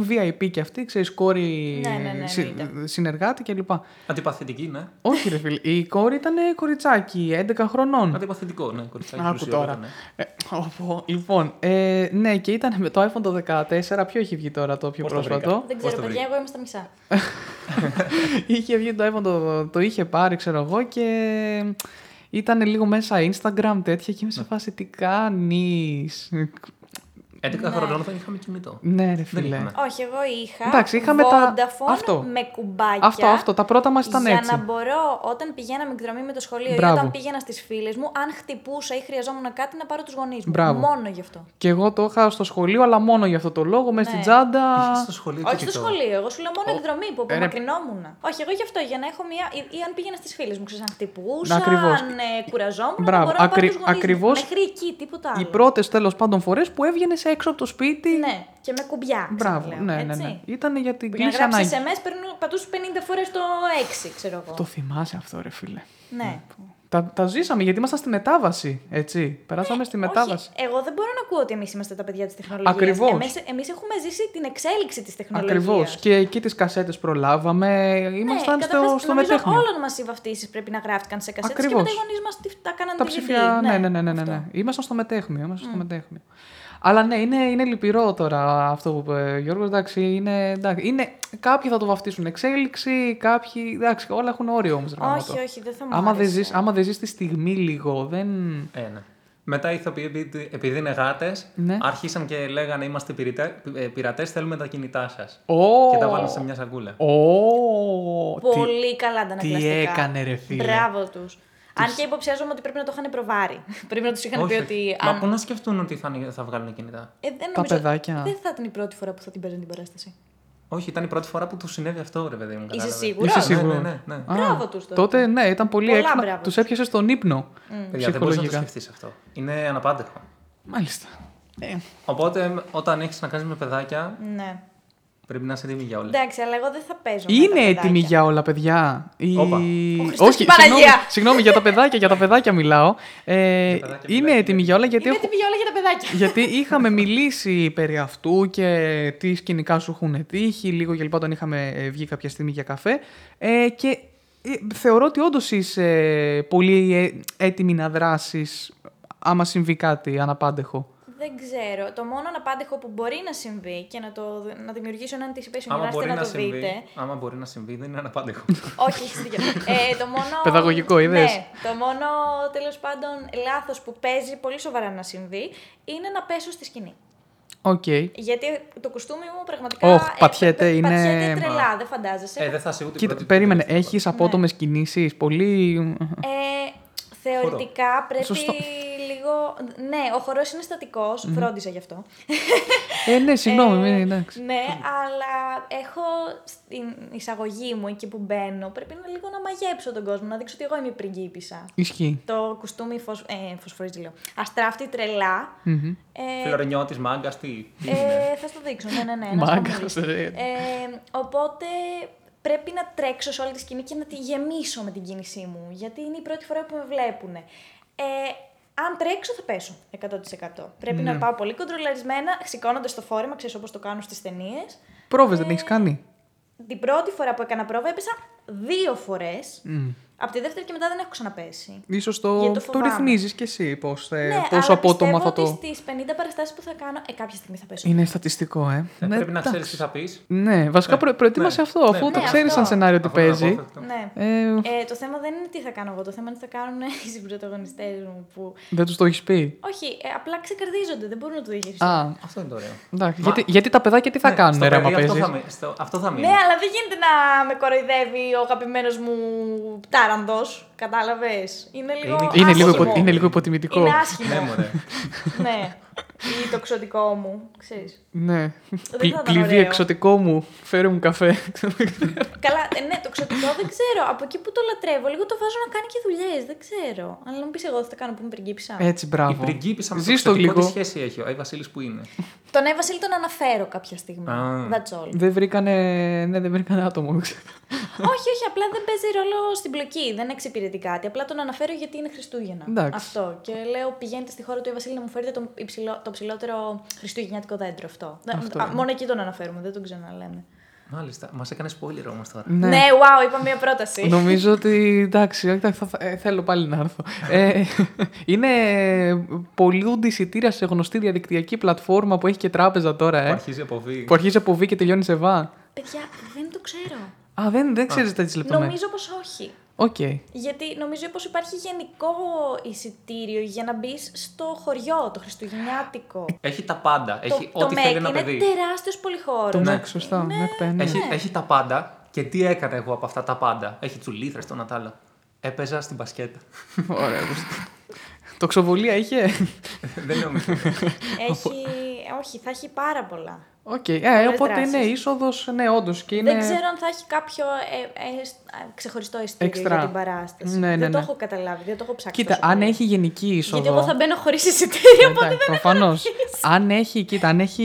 C: VIP και αυτή, ξέρεις, κόρη
D: Ναι, ναι, ναι,
C: συ-
D: εννοείται.
C: συνεργάτη κλπ.
B: Αντιπαθητική, ναι.
C: Όχι ρε φίλε, η κόρη ήταν ε, κοριτσάκι, 11 χρονών.
B: Αντιπαθητικό, ναι, κοριτσάκι.
C: Άκου
B: πλουσιό,
C: τώρα.
B: ναι.
C: Ε, οπό, λοιπόν, ε, ναι, και ήταν με το iPhone το 14. Ποιο έχει βγει τώρα το πιο
B: Πώς το
C: πρόσφατο.
D: Δεν
B: Πώς
D: ξέρω,
B: το
D: παιδιά, εγώ είμαι στα μισά.
C: είχε βγει το iPhone, το, το είχε πάρει, ξέρω εγώ, και ήταν λίγο μέσα Instagram τέτοια και είμαι
B: Ναι.
C: σε φάση τι κάνεις.
B: 11
D: Ναι.
B: χρονών δεν είχαμε κινητό.
C: Ναι, ρε
B: Δεν
C: φίλε.
B: είχαμε.
D: Όχι, εγώ είχα.
C: Εντάξει, είχαμε τα-
D: Vodafone
C: αυτό.
D: με κουμπάκια.
C: Αυτό, αυτό, τα πρώτα μας ήταν
D: για
C: έτσι.
D: να μπορώ όταν πηγαίναμε εκδρομή με το σχολείο
C: Μπράβο.
D: ή όταν πήγαινα στις φίλες μου, αν χτυπούσα ή χρειαζόμουν κάτι, να πάρω τους γονείς μου.
C: Μπράβο.
D: Μόνο γι' αυτό.
C: Και εγώ το είχα στο σχολείο, αλλά μόνο για αυτό το λόγο, μέσα
D: Ναι.
C: στην τσάντα.
B: Είχες στο σχολείο
D: Όχι στο
B: κινητό.
D: σχολείο, εγώ σου λέω μόνο εκδρομή που
C: ε, ρε.
D: απομακρυνόμουν. Όχι, εγώ γι' αυτό, για να έχω μία. ή, ή αν πήγαινα στις φίλες μου, ξέρεις, αν χτυπούσα,
C: Ακριβώς.
D: αν ε, κουραζόμουν. να
C: Μπράβο,
D: μπορώ να
C: ακρι-
D: πάρω τους γονείς μου.
C: ακριβώς
D: Μέχρι εκεί, τίποτα άλλο.
C: Οι πρώτες τέλος πάντων φορές που έβγαινε έξω από το σπίτι.
D: Ναι, και με κουμπιά.
C: Μπράβο,
D: ξαναλέω,
C: ναι, ναι,
D: έτσι.
C: ναι. Ήταν για την
D: Που Για να
C: κλίση
D: γράψεις
C: ανάγκη.
D: SMS παίρνουν πατούς 50 φορές το 6, ξέρω εγώ.
C: Το θυμάσαι αυτό, ρε φίλε.
D: Ναι.
C: Τα, τα ζήσαμε γιατί ήμασταν στη μετάβαση. Έτσι. Περάσαμε στη μετάβαση.
D: Ναι, Όχι, ε, εγώ δεν μπορώ να ακούω ότι εμείς είμαστε τα παιδιά της τεχνολογίας.
C: Ακριβώς.
D: Εμείς έχουμε ζήσει την εξέλιξη της τεχνολογίας.
C: Ακριβώς. Και εκεί τις κασέτες προλάβαμε.
D: Ναι,
C: Ήμασταν στο, στο μετέχνιο.
D: Όλων μας οι βαφτίσεις πρέπει να γράφτηκαν σε κασέτες. Και
C: Ακριβώς.
D: μετά οι γονείς μας τα κάναν
C: Τα
D: DVD.
C: ψηφία. Ναι, ναι, ναι, ναι. ναι,
D: αυτό.
C: ναι. Ήμασταν στο μετέχνιο. Ήμασταν στο μετέχνιο. Αλλά ναι, είναι, είναι λυπηρό τώρα αυτό που είπε ο Γιώργος. Εντάξει, είναι, εντάξει, είναι, κάποιοι θα το βαφτίσουν εξέλιξη, κάποιοι. Εντάξει, όλα έχουν όριο όμως.
D: Όχι, όχι, δεν θα μου
C: Άμα δεν
D: άρεσε.
C: ζεις- άμα δεν ζεις τη στιγμή λίγο, δεν.
B: Ε, ναι. Μετά οι ηθοποιοί, επειδή- επειδή είναι γάτες,
C: Ναι.
B: άρχισαν και λέγανε Είμαστε πειρατές, θέλουμε τα κινητά σας.
C: Ω!
B: Και τα βάλανε σε μια σακούλα.
C: Ω, τι-
D: Πολύ καλά τα
C: τι
D: ανακλαστικά.
C: έκανε, ρε φίλε.
D: Μπράβο τους. Αν και υποψιάζομαι ότι πρέπει να το είχαν προβάρει. πρέπει να τους είχαν πει ότι.
B: Μα
D: αν-
B: πού να σκεφτούν ότι θα, είναι- θα βγάλουν κινητά.
D: Ε, δεν νομίζω-
C: παιδάκια.
D: Δεν θα ήταν η πρώτη φορά που θα την παίζουν την παράσταση.
B: Όχι, ήταν η πρώτη φορά που του συνέβη αυτό, ρε παιδί μου.
D: Είσαι
B: κατάλαβες.
D: σίγουρος?
C: Είσαι
B: Ναι,
C: σίγουρος.
B: Ναι, ναι, ναι.
C: Α,
D: Μπράβο τους τότε.
C: Τότε ναι, ήταν πολύ
D: Πολλά
C: έξυπνα.
D: μπράβο
C: Τους
D: τους. Mm.
C: έπιασε στον ύπνο.
B: Παιδιά, δεν μπορείς να το
C: Ψυχολογικά.
B: σκεφτείς αυτό. Είναι αναπάντεχο.
C: Μάλιστα. Ε,
B: Οπότε, μ, όταν έχεις να κάνεις με παιδάκια,
D: Ναι.
B: πρέπει να είσαι έτοιμη για όλα.
D: Εντάξει, αλλά εγώ δεν θα παίζω. με τα
C: είναι
D: παιδάκια.
C: έτοιμη για όλα, παιδιά. Η...
B: Όπα. Ο
D: Χριστός και η Παναγία.
C: συγγνώμη, συγγνώμη, για τα παιδάκια, για τα παιδάκια μιλάω. Ε,
B: Για τα παιδάκια
C: είναι
B: μιλάει,
C: έτοιμη για όλα γιατί,
D: Είναι
C: έχω-
D: έτοιμη για όλα για τα παιδάκια.
C: γιατί είχαμε μιλήσει περί αυτού και τι σκηνικά σου έχουν τύχει, λίγο και λοιπά, όταν είχαμε ε, βγει κάποια στιγμή για καφέ. Ε, και ε, θεωρώ ότι όντως είσαι πολύ ε, έτοιμη να δράσεις άμα συμβεί κάτι αναπάντεχο.
D: Δεν ξέρω. Το μόνο αναπάντεχο που μπορεί να συμβεί και να, το, να δημιουργήσω ένα anticipation
B: Άμα
D: για να
B: μπορεί,
D: να
B: να
D: το
B: συμβεί,
D: δείτε.
B: άμα μπορεί να συμβεί, δεν είναι αναπάντεχο.
D: Όχι, έχεις δίκιο. ε, το μόνο...
C: Παιδαγωγικό, είδες.
D: Ναι, το μόνο τέλος πάντων λάθος που παίζει πολύ σοβαρά να συμβεί είναι να πέσω στη σκηνή.
C: Οκ.
D: Γιατί το κουστούμι μου πραγματικά.
C: Οχ,
D: ε,
C: πατιέται,
D: πα-
C: είναι-
D: Πατιέται τρελά, δεν φαντάζεσαι.
B: ε, δεν θα σε ούτε η
C: Κοίτα,
B: πρώτη,
C: περίμενε.
B: ούτε η δεύτερη
C: Έχει απότομε κινήσεις. Πολύ.
D: Ε, θεωρητικά πρέπει
C: Σωστό.
D: λίγο. Ναι, ο χορός είναι στατικός, φρόντιζα γι' αυτό.
C: Ε, ναι, συγγνώμη,
D: Ε,
C: μην- εντάξει.
D: Ναι, αλλά έχω στην εισαγωγή μου εκεί που μπαίνω. Πρέπει να λίγο να μαγέψω τον κόσμο, να δείξω ότι εγώ είμαι η πριγκίπισσα.
C: Ισχύει.
D: Το κουστούμι φωσ... ε, φωσφορίζει, λέω. Αστράφτη τρελά.
B: φορά.
D: Ε,
B: Φιλορενιώτης, μάγκας, τι. τι είναι.
D: ε, θα στο δείξω, ναι, ναι, ναι. ένας
C: Μάγκας,
D: χαμούλης.
C: ρε.
D: Ε, οπότε πρέπει να τρέξω σε όλη τη σκηνή και να τη γεμίσω με την κίνησή μου, γιατί είναι η πρώτη φορά που με βλέπουν. Ε, αν τρέξω θα πέσω 100%. Πρέπει
C: Ναι.
D: να πάω πολύ κοντρολαρισμένα, σηκώνοντας το φόρεμα, ξέρεις όπως το κάνω στις ταινίες.
C: Πρόβες δεν
D: Ε,
C: έχεις κάνει.
D: Την πρώτη φορά που έκανα πρόβα έπεσα δύο φορές. Από τη δεύτερη και μετά δεν έχω ξαναπέσει.
C: Ίσως
D: Γιατί
C: το,
D: το
C: το
D: φοβάμαι.
C: ρυθμίζεις και εσύ πώς, ε, θε-
D: ναι,
C: πόσο
D: αλλά
C: απότομα
D: πιστεύω
C: θα το...
D: ότι στις 50 παραστάσεις που θα κάνω, ε, κάποια στιγμή θα πέσω.
C: Είναι στατιστικό, ε.
B: Ε,
C: Ναι,
B: Πρέπει να
C: εντάξει.
B: ξέρεις τι θα πεις.
C: Ναι, βασικά προ- προετοίμασε
B: Ναι.
C: αυτό, αφού
B: Ναι,
C: το
D: ναι,
C: ξέρεις
D: αυτό.
C: σαν σενάριο τι παίζει.
D: Ναι.
C: Ε,
D: Ε, το θέμα δεν είναι τι θα κάνω εγώ, το θέμα είναι τι θα κάνουν οι συμπρωταγωνιστές μου που...
C: δεν τους το έχεις πει.
D: Όχι, ε, απλά ξεκαρδίζονται, δεν μπορούν να το διαχειριστούν.
C: Α,
B: Αυτό είναι το ωραίο.
C: εντάξει. Γιατί, γιατί τα παιδάκια τι θα
B: Ναι,
C: κάνουν,
B: στο
C: ρε, άμα
B: παιδί αυτό
C: παίζεις.
B: θα μείνει. στο- Αυτό θα μείνει.
D: Ναι, αλλά δεν γίνεται να με κοροϊδεύει ο αγαπημένος μου τάρανδος, κατάλαβες. Είναι λίγο
B: Είναι-
C: Είναι λίγο,
D: άσχημο.
C: υπο- είναι λίγο υποτιμητικό.
D: Είναι άσχημο.
B: Ναι, μωρέ.
D: ναι. Ή το ξωτικό μου, ξέρεις.
C: Ναι.
D: θα
C: Πλη-
D: ήταν
C: Πληβή
D: ωραίο.
C: εξωτικό μου, φέρε μου καφέ.
D: Καλά, ε, ναι, το ξωτικό δεν ξέρω. Από εκεί που το λατρεύω, λίγο το βάζω να κάνει και δουλειές. Δεν ξέρω. Αλλά να μου πεις εγώ, θα τα κάνω που είμαι πριγκίπισσα.
C: Έτσι,
B: Η
C: μπράβο.
B: πριγκίπισσα με το
C: Ζεις το
B: εξωτικό, τι
C: λίγο.
B: σχέση έχει. Ο Άι Βασίλης που είναι.
D: Τον έβασιλ τον αναφέρω κάποια στιγμή.
B: Α.
D: That's all.
C: Δεν βρήκανε, ναι, δεν βρήκανε άτομο.
D: όχι, όχι, απλά δεν παίζει ρόλο στην πλοκή. Δεν εξυπηρετεί κάτι. Απλά τον αναφέρω γιατί είναι Χριστούγεννα.
C: Εντάξει.
D: «Ε, Αυτό. Και λέω, πηγαίνετε στη χώρα του Βασίλη να μου φέρετε τον, υψηλό, τον ψηλότερο χριστουγεννιάτικο δέντρο αυτό. Δεν-
C: Αυτό
D: α,
C: είναι.
D: μόνο εκεί τον αναφέρουμε, δεν τον ξαναλέμε.
B: Μάλιστα. Μας έκανε spoiler όμως τώρα.
D: Ναι, wow, είπα μία
B: Ναι.
D: πρόταση.
C: Νομίζω ότι εντάξει, εντάξει, θα, θα- ε, θέλω πάλι να έρθω. Ε, είναι πολλούνται εισιτήρια σε γνωστή διαδικτυακή πλατφόρμα που έχει και τράπεζα τώρα,
B: Που
C: ε.
B: αρχίζει από β.
C: Που αρχίζει από Β και τελειώνει σε Β.
D: Παιδιά, δεν το ξέρω.
C: Α, δεν, δεν ξέρεις τέτοιε λεπτομέρειε.
D: Νομίζω πως όχι.
C: Οκ.
D: Γιατί νομίζω πως υπάρχει γενικό εισιτήριο για να μπεις στο χωριό, το χριστουγεννιάτικο.
B: Έχει τα πάντα. Έχει
D: το,
B: ό,τι
D: το
B: θέλει
D: ΜΕΚ
B: ένα
D: είναι
B: παιδί.
D: τεράστιος πολυχώρος.
C: Το Mac, σωστά. Mac Pen, ναι.
B: Ναι. Έχει, έχει τα πάντα. Και τι έκανα εγώ από αυτά τα πάντα. Έχει τσουλήθρες, το να τα άλλο. Έπαιζα στην μπασκέτα.
C: Ωραία. όπως- Τοξοβολία είχε.
B: Δεν νομίζω.
D: Έχει... όχι, θα έχει πάρα πολλά.
C: Οκ. Ε, οπότε
D: δράσεις.
C: είναι είσοδος, ναι, όντως. Και είναι...
D: Δεν ξέρω αν θα έχει κάποιο ε, ε, σ- α, ξεχωριστό εισιτήριο
C: Extra.
D: για την παράσταση.
C: Ναι,
D: δεν
C: ναι,
D: το
C: ναι.
D: έχω καταλάβει, δεν το έχω ψάξει.
C: Κοίτα,
D: τόσο
C: αν
D: πολύ.
C: έχει γενική είσοδο. Ναι,
D: Γιατί εγώ θα μπαίνω χωρίς εισιτήριο, οπότε δεν
C: Προφανώ. Αν έχει, κοίτα, αν έχει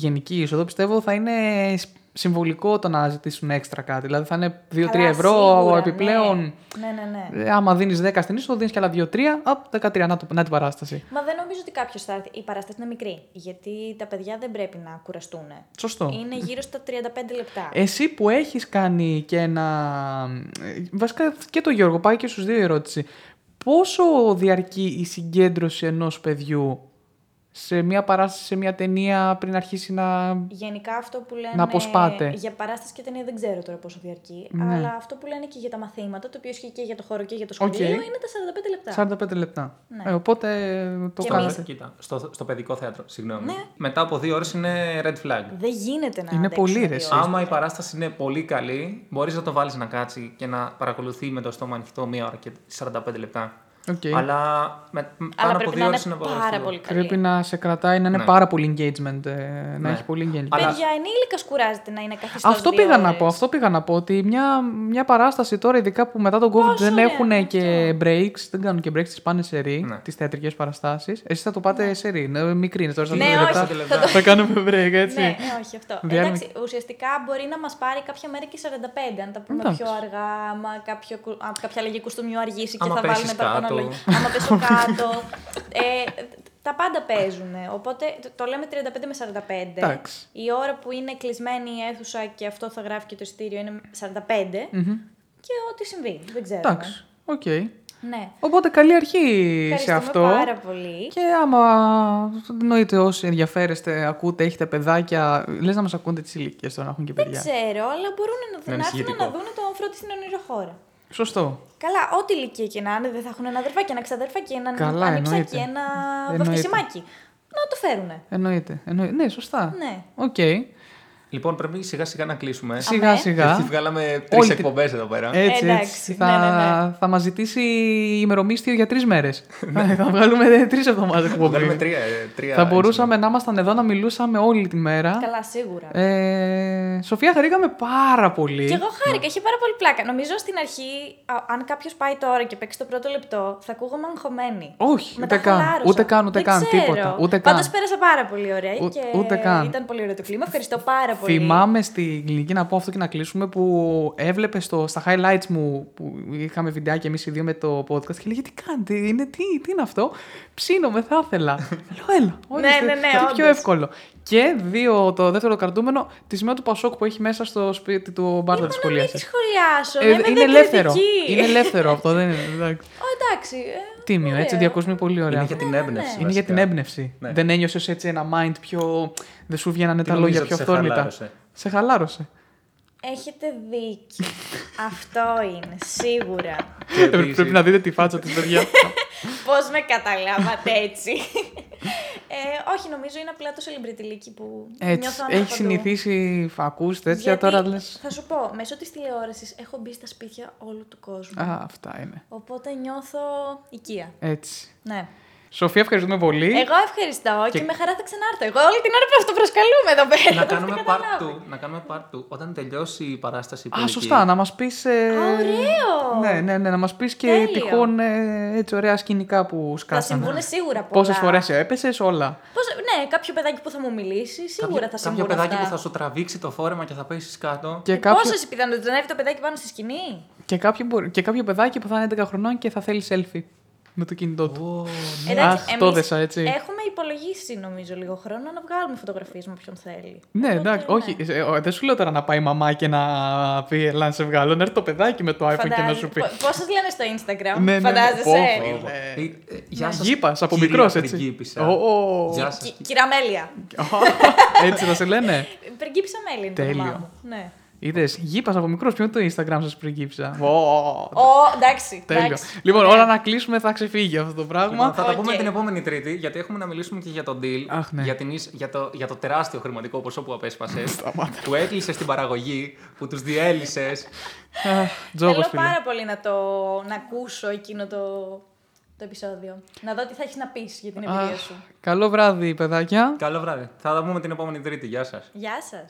C: γενική είσοδο, πιστεύω θα είναι σ- συμβολικό το να ζητήσουν έξτρα κάτι. Δηλαδή θα είναι 2-3
D: Καλά,
C: ευρώ
D: σίγουρα,
C: επιπλέον.
D: Ναι, ναι, ναι. ναι.
C: Ε, Άμα δίνεις 10 στην είσοδο, δίνεις και άλλα 2-3. Απ, 13, να, το, να την παράσταση.
D: Μα δεν νομίζω ότι κάποιος θα έρθει. Η παράσταση είναι μικρή. Γιατί τα παιδιά δεν πρέπει να κουραστούν.
C: Σωστό.
D: Είναι γύρω στα 35 λεπτά.
C: Εσύ που έχεις κάνει και ένα... ε, Βασικά και το Γιώργο, πάει και στους δύο η ερώτηση. Πόσο διαρκεί η συγκέντρωση ενός παιδιού σε μια παράσταση, σε μια ταινία πριν αρχίσει να...
D: Γενικά αυτό που λένε.
C: Να αποσπάτε.
D: Για παράσταση και ταινία δεν ξέρω τώρα πόσο διαρκεί.
C: Ναι.
D: Αλλά αυτό που λένε και για τα μαθήματα, το οποίο ισχύει και για το χώρο και για το σχολείο,
C: Οκ.
D: είναι τα 45 λεπτά.
C: 45 λεπτά. Ε, οπότε ε, το
D: Ναι. Και
C: κάνετε.
D: εμείς-
B: Κοίτα, στο, στο παιδικό θέατρο, συγγνώμη.
D: Ναι.
B: Μετά από δύο ώρες είναι red flag.
D: Δεν γίνεται να
C: Είναι
D: αντέξουν
C: πολύ,
D: δύο
C: ρε, εσύ.
D: ώρες.
B: Άμα η παράσταση είναι πολύ καλή, μπορείς να το βάλεις να κάτσει και να παρακολουθεί με το στόμα ανοιχτό μία ώρα και 45 λεπτά.
C: Οκ.
B: Αλλά με, πάνω
D: Αλλά
B: από
D: πρέπει
B: δύο
D: να
B: ώρε
D: είναι πάρα πολύ καλή.
C: Πρέπει να σε κρατάει, να είναι
B: Ναι.
C: πάρα πολύ engagement, ε, να
B: Ναι.
C: έχει πολύ engagement.
B: Αλλά-
D: Παιδιά, ενήλικα κουράζεται να είναι καθιστός
C: Αυτό
D: δύο
C: πήγα να
D: ώρες. Ναι,
C: πω, αυτό πήγα να πω, ότι μια, μια παράσταση τώρα, ειδικά που μετά τον COVID
D: Πόσο
C: δεν
D: ωραία
C: έχουν
D: είναι
C: και breaks, δεν κάνουν και breaks, τις πάνε σε ρί,
B: Ναι.
C: τις θεατρικές παραστάσεις. Εσείς θα το πάτε σε ρί, ναι, μικρή είναι τώρα, στα
D: Ναι,
C: δύο
D: όχι,
C: λεπτά.
D: θα
B: το-
C: θα κάνουμε break, έτσι.
D: Ναι, ναι, όχι αυτό.
C: Διάλειμμα.
D: Εντάξει, ουσιαστικά μπορεί να μας πάρει κάποια μέρα και 45, αν τα πούμε
C: Εντάξει.
D: πιο αργά, άμα κάποιο, κου- α, κάποια αλλαγή κουστούμιου αργήσει και
B: Άμα
D: θα
B: πέσεις
D: βάλουν παραπάνω
B: κάτω.
D: αλλαγή. Άμα πέσω κάτω. ε, τα πάντα παίζουν. Οπότε το- το λέμε 35 με 45.
C: Εντάξει.
D: Η ώρα που είναι κλεισμένη η αίθουσα και αυτό θα γράφει και το εισιτήριο είναι 45. Και ό,τι συμβεί. Δεν ξέρω.
C: Εντάξει, οκ.
D: Ναι.
C: Οπότε καλή αρχή σε
D: Ευχαριστούμε
C: αυτό.
D: πάρα πολύ.
C: Και άμα εννοείται όσοι ενδιαφέρεστε, ακούτε, έχετε παιδάκια, λες να μας ακούνε τις ηλικίες τώρα, να έχουν και
D: Δεν
C: παιδιά.
D: ξέρω, αλλά μπορούν να,
B: Είναι
D: να έρθουν
B: ανησυχητικό.
D: να δουν το φρότη στην ονειροχώρα.
C: Σωστό.
D: Καλά, ό,τι ηλικία και να είναι, δεν θα έχουν ένα αδερφάκι, ένα ξαδερφάκι, ένα
C: Καλά,
D: ανιψάκι,
C: εννοείται.
D: ένα
C: Εννοείται.
D: βαφτισιμάκι. Να το φέρουνε.
C: Εννοείται. εννοείται. Ναι, σωστά.
D: Ναι.
C: Οκ.
B: Λοιπόν, πρέπει σιγά σιγά να κλείσουμε.
C: Σιγά σιγά.
B: Γιατί βγάλαμε
C: Όλη Ε,
B: τρεις
C: την-
B: εκπομπές εδώ πέρα.
C: Έτσι,
D: Εντάξει,
C: έτσι.
D: ναι,
C: Θα,
D: ναι,
C: θα μας ζητήσει ημερομίσθιο για τρεις μέρες. θα βγάλουμε τρεις εβδομάδες
B: Βγάλαμε
C: εκπομπή.
B: τρία. ε, τρία
C: Θα μπορούσαμε να ήμασταν εδώ να μιλούσαμε όλη τη μέρα.
D: Καλά, σίγουρα.
C: Ε, Σοφία, χαρήκαμε πάρα πολύ.
D: Και εγώ χάρηκα, είχε πάρα πολύ πλάκα. Νομίζω στην αρχή, α, αν κάποιος πάει τώρα και παίξει το πρώτο λεπτό, θα ακούγομαι αγχωμένη.
C: Όχι,
D: Μετά
C: ούτε καν.
D: χαλάρωσα.
C: Ούτε καν, ούτε
D: Δεν
C: καν,
D: ξέρω.
C: τίποτα. Ούτε καν.
D: Πάντως πέρασα πάρα πολύ ωραία.
C: Ού-
D: και
C: ούτε καν.
D: Ήταν πολύ ωραίο το κλίμα. Ευχαριστώ πάρα πολύ.
C: Θυμάμαι στην κλινική να πω αυτό και να κλείσουμε που έβλεπε στο, στα highlights μου που είχαμε βιντεάκι εμείς οι δύο με το podcast και λέγε Τι κάνετε, είναι, τι, τι είναι αυτό. Ψήνομαι, θα ήθελα. Λέω, έλα. ορίστε,
D: ναι, ναι,
C: είναι πιο
D: όντως.
C: εύκολο. Και δύο, το δεύτερο κρατούμενο, τη σημαία του Πασόκ που έχει μέσα στο σπίτι του μπάρτα τη
D: Σχολιάσω.
C: σχολεία.
D: Να Ναι, μην τη
C: Ε,
D: σχολιάσω. να είμαι
C: είναι ελεύθερο.
D: διακριτική.
C: Είναι ελεύθερο αυτό, δεν είναι. εντάξει.
D: Ω, εντάξει. ε,
C: Τίμιο, έτσι,
D: ωραίο.
C: διακοσμή πολύ ωραία.
B: Είναι
D: Ναι.
B: για την έμπνευση.
C: Είναι για την
B: βασικά.
C: έμπνευση.
B: Ναι.
C: Δεν ένιωσες έτσι ένα mind πιο. Δεν σου βγαίνανε τα
B: νομίζω
C: λόγια
B: ότι
C: πιο
B: σε
C: αυθόρμητα.
B: χαλάρωσε.
C: Σε χαλάρωσε.
D: Έχετε δίκιο. Αυτό είναι, σίγουρα.
B: Και επίσης-
C: Πρέπει να δείτε τη φάτσα της, παιδιά.
D: Πώς με καταλάβατε έτσι. ε, όχι, νομίζω είναι απλά το σελμπριτιλίκι που
C: Έτσι.
D: νιώθω ανάπαντο.
C: Έχει συνηθίσει φακούς τέτοια
D: Γιατί,
C: τώρα λες.
D: Θα σου πω, μέσω της τηλεόρασης έχω μπει στα σπίτια όλου του κόσμου.
C: Α, αυτά είναι.
D: Οπότε νιώθω οικία.
C: Έτσι.
D: Ναι.
C: Σοφία, ευχαριστούμε πολύ.
D: Εγώ ευχαριστώ και... με χαρά θα ξανάρθω. Εγώ όλη την ώρα που αυτοπροσκαλούμε εδώ πέρα.
B: Να
D: το
B: κάνουμε
D: έχετε
B: part
D: καταλάβει.
B: two. Να κάνουμε part two. Όταν τελειώσει η παράσταση. η
C: Α,
B: παιδική,
C: σωστά, να μας πεις. Ε...
D: Α, ωραίο!
C: Ναι, ναι, ναι, να μας πεις και
D: Τέλειο.
C: τυχόν ε, έτσι ωραία σκηνικά που
D: Θα
C: σκάσανε.
D: συμβούν σίγουρα πολλά.
C: Πόσες φορές έπεσες, όλα.
D: Πώς... Ναι, κάποιο παιδάκι που θα μου μιλήσει, σίγουρα
B: κάποιο-
D: θα συμβούν
B: Κάποιο παιδάκι
D: αυτά.
B: που θα σου τραβήξει το φόρεμα και θα πέσει κάτω.
C: Και
D: Ε,
C: κάποιο,
D: Πόσες οι πιθανότητες να ανέβει το παιδάκι πάνω στη σκηνή.
C: και, κάποιο, μπορεί- και κάποιο παιδάκι που θα είναι 11 χρονών και θα θέλει selfie με το κινητό του.
B: Ω,
D: Εντάξει,
C: Αχ, το
D: ναι. εμείς
C: δέσα, έτσι.
D: Έχουμε υπολογίσει νομίζω λίγο χρόνο να βγάλουμε φωτογραφίες με όποιον θέλει.
C: Ναι,
D: Οπότε,
C: εντάξει, όχι. ε, ε, ο, δεν σου λέω τώρα να πάει η μαμά και να πει Ελά, να σε βγάλω. Να έρθει το παιδάκι με το iPhone και να
D: Φαντάζεσαι-
C: σου πει.
D: Πο- Πόσες λένε στο Instagram,
C: Ναι, ναι, ναι.
D: φαντάζεσαι.
C: Πω, πω.
B: Ω, ε, ε, Γεια σας,
C: Γήπα από
B: κυρία
C: μικρός έτσι.
B: πριγκίπισσα.
C: Ω, ω.
B: Γεια σας.
D: Κυ- Κυρία Μέλια.
C: έτσι θα σε λένε.
D: Πριγκίπισσα Μέλια είναι το
C: Τέλειο.
D: όνομά μου. Ναι.
C: Είδες, γήπας από μικρός. Ποιο είναι το Instagram σας πριγκίπισσα. Ω,
D: Ω, εντάξει.
C: Τέλειο.
D: εντάξει.
C: Λοιπόν,
D: Ναι.
C: ώρα να κλείσουμε θα ξεφύγει αυτό το
B: Λοιπόν,
C: πράγμα.
B: θα τα
D: Οκ.
B: πούμε την επόμενη Τρίτη, γιατί έχουμε να μιλήσουμε και για τον deal.
C: Αχ, ναι.
B: για, την, ίσ- για, το, για το τεράστιο χρηματικό ποσό που απέσπασες.
C: Σταμάτα.
B: που έκλεισες την παραγωγή, που τους διέλυσες.
C: Τζόγος
D: Θέλω
C: φίλε.
D: πάρα πολύ να το να ακούσω εκείνο το, το επεισόδιο. Να δω τι θα έχεις να πεις για την εμπειρία
C: Αχ,
D: σου.
C: Καλό βράδυ, παιδάκια.
B: Καλό βράδυ. Θα τα πούμε την επόμενη Τρίτη. Γεια σας.
D: Γεια σας.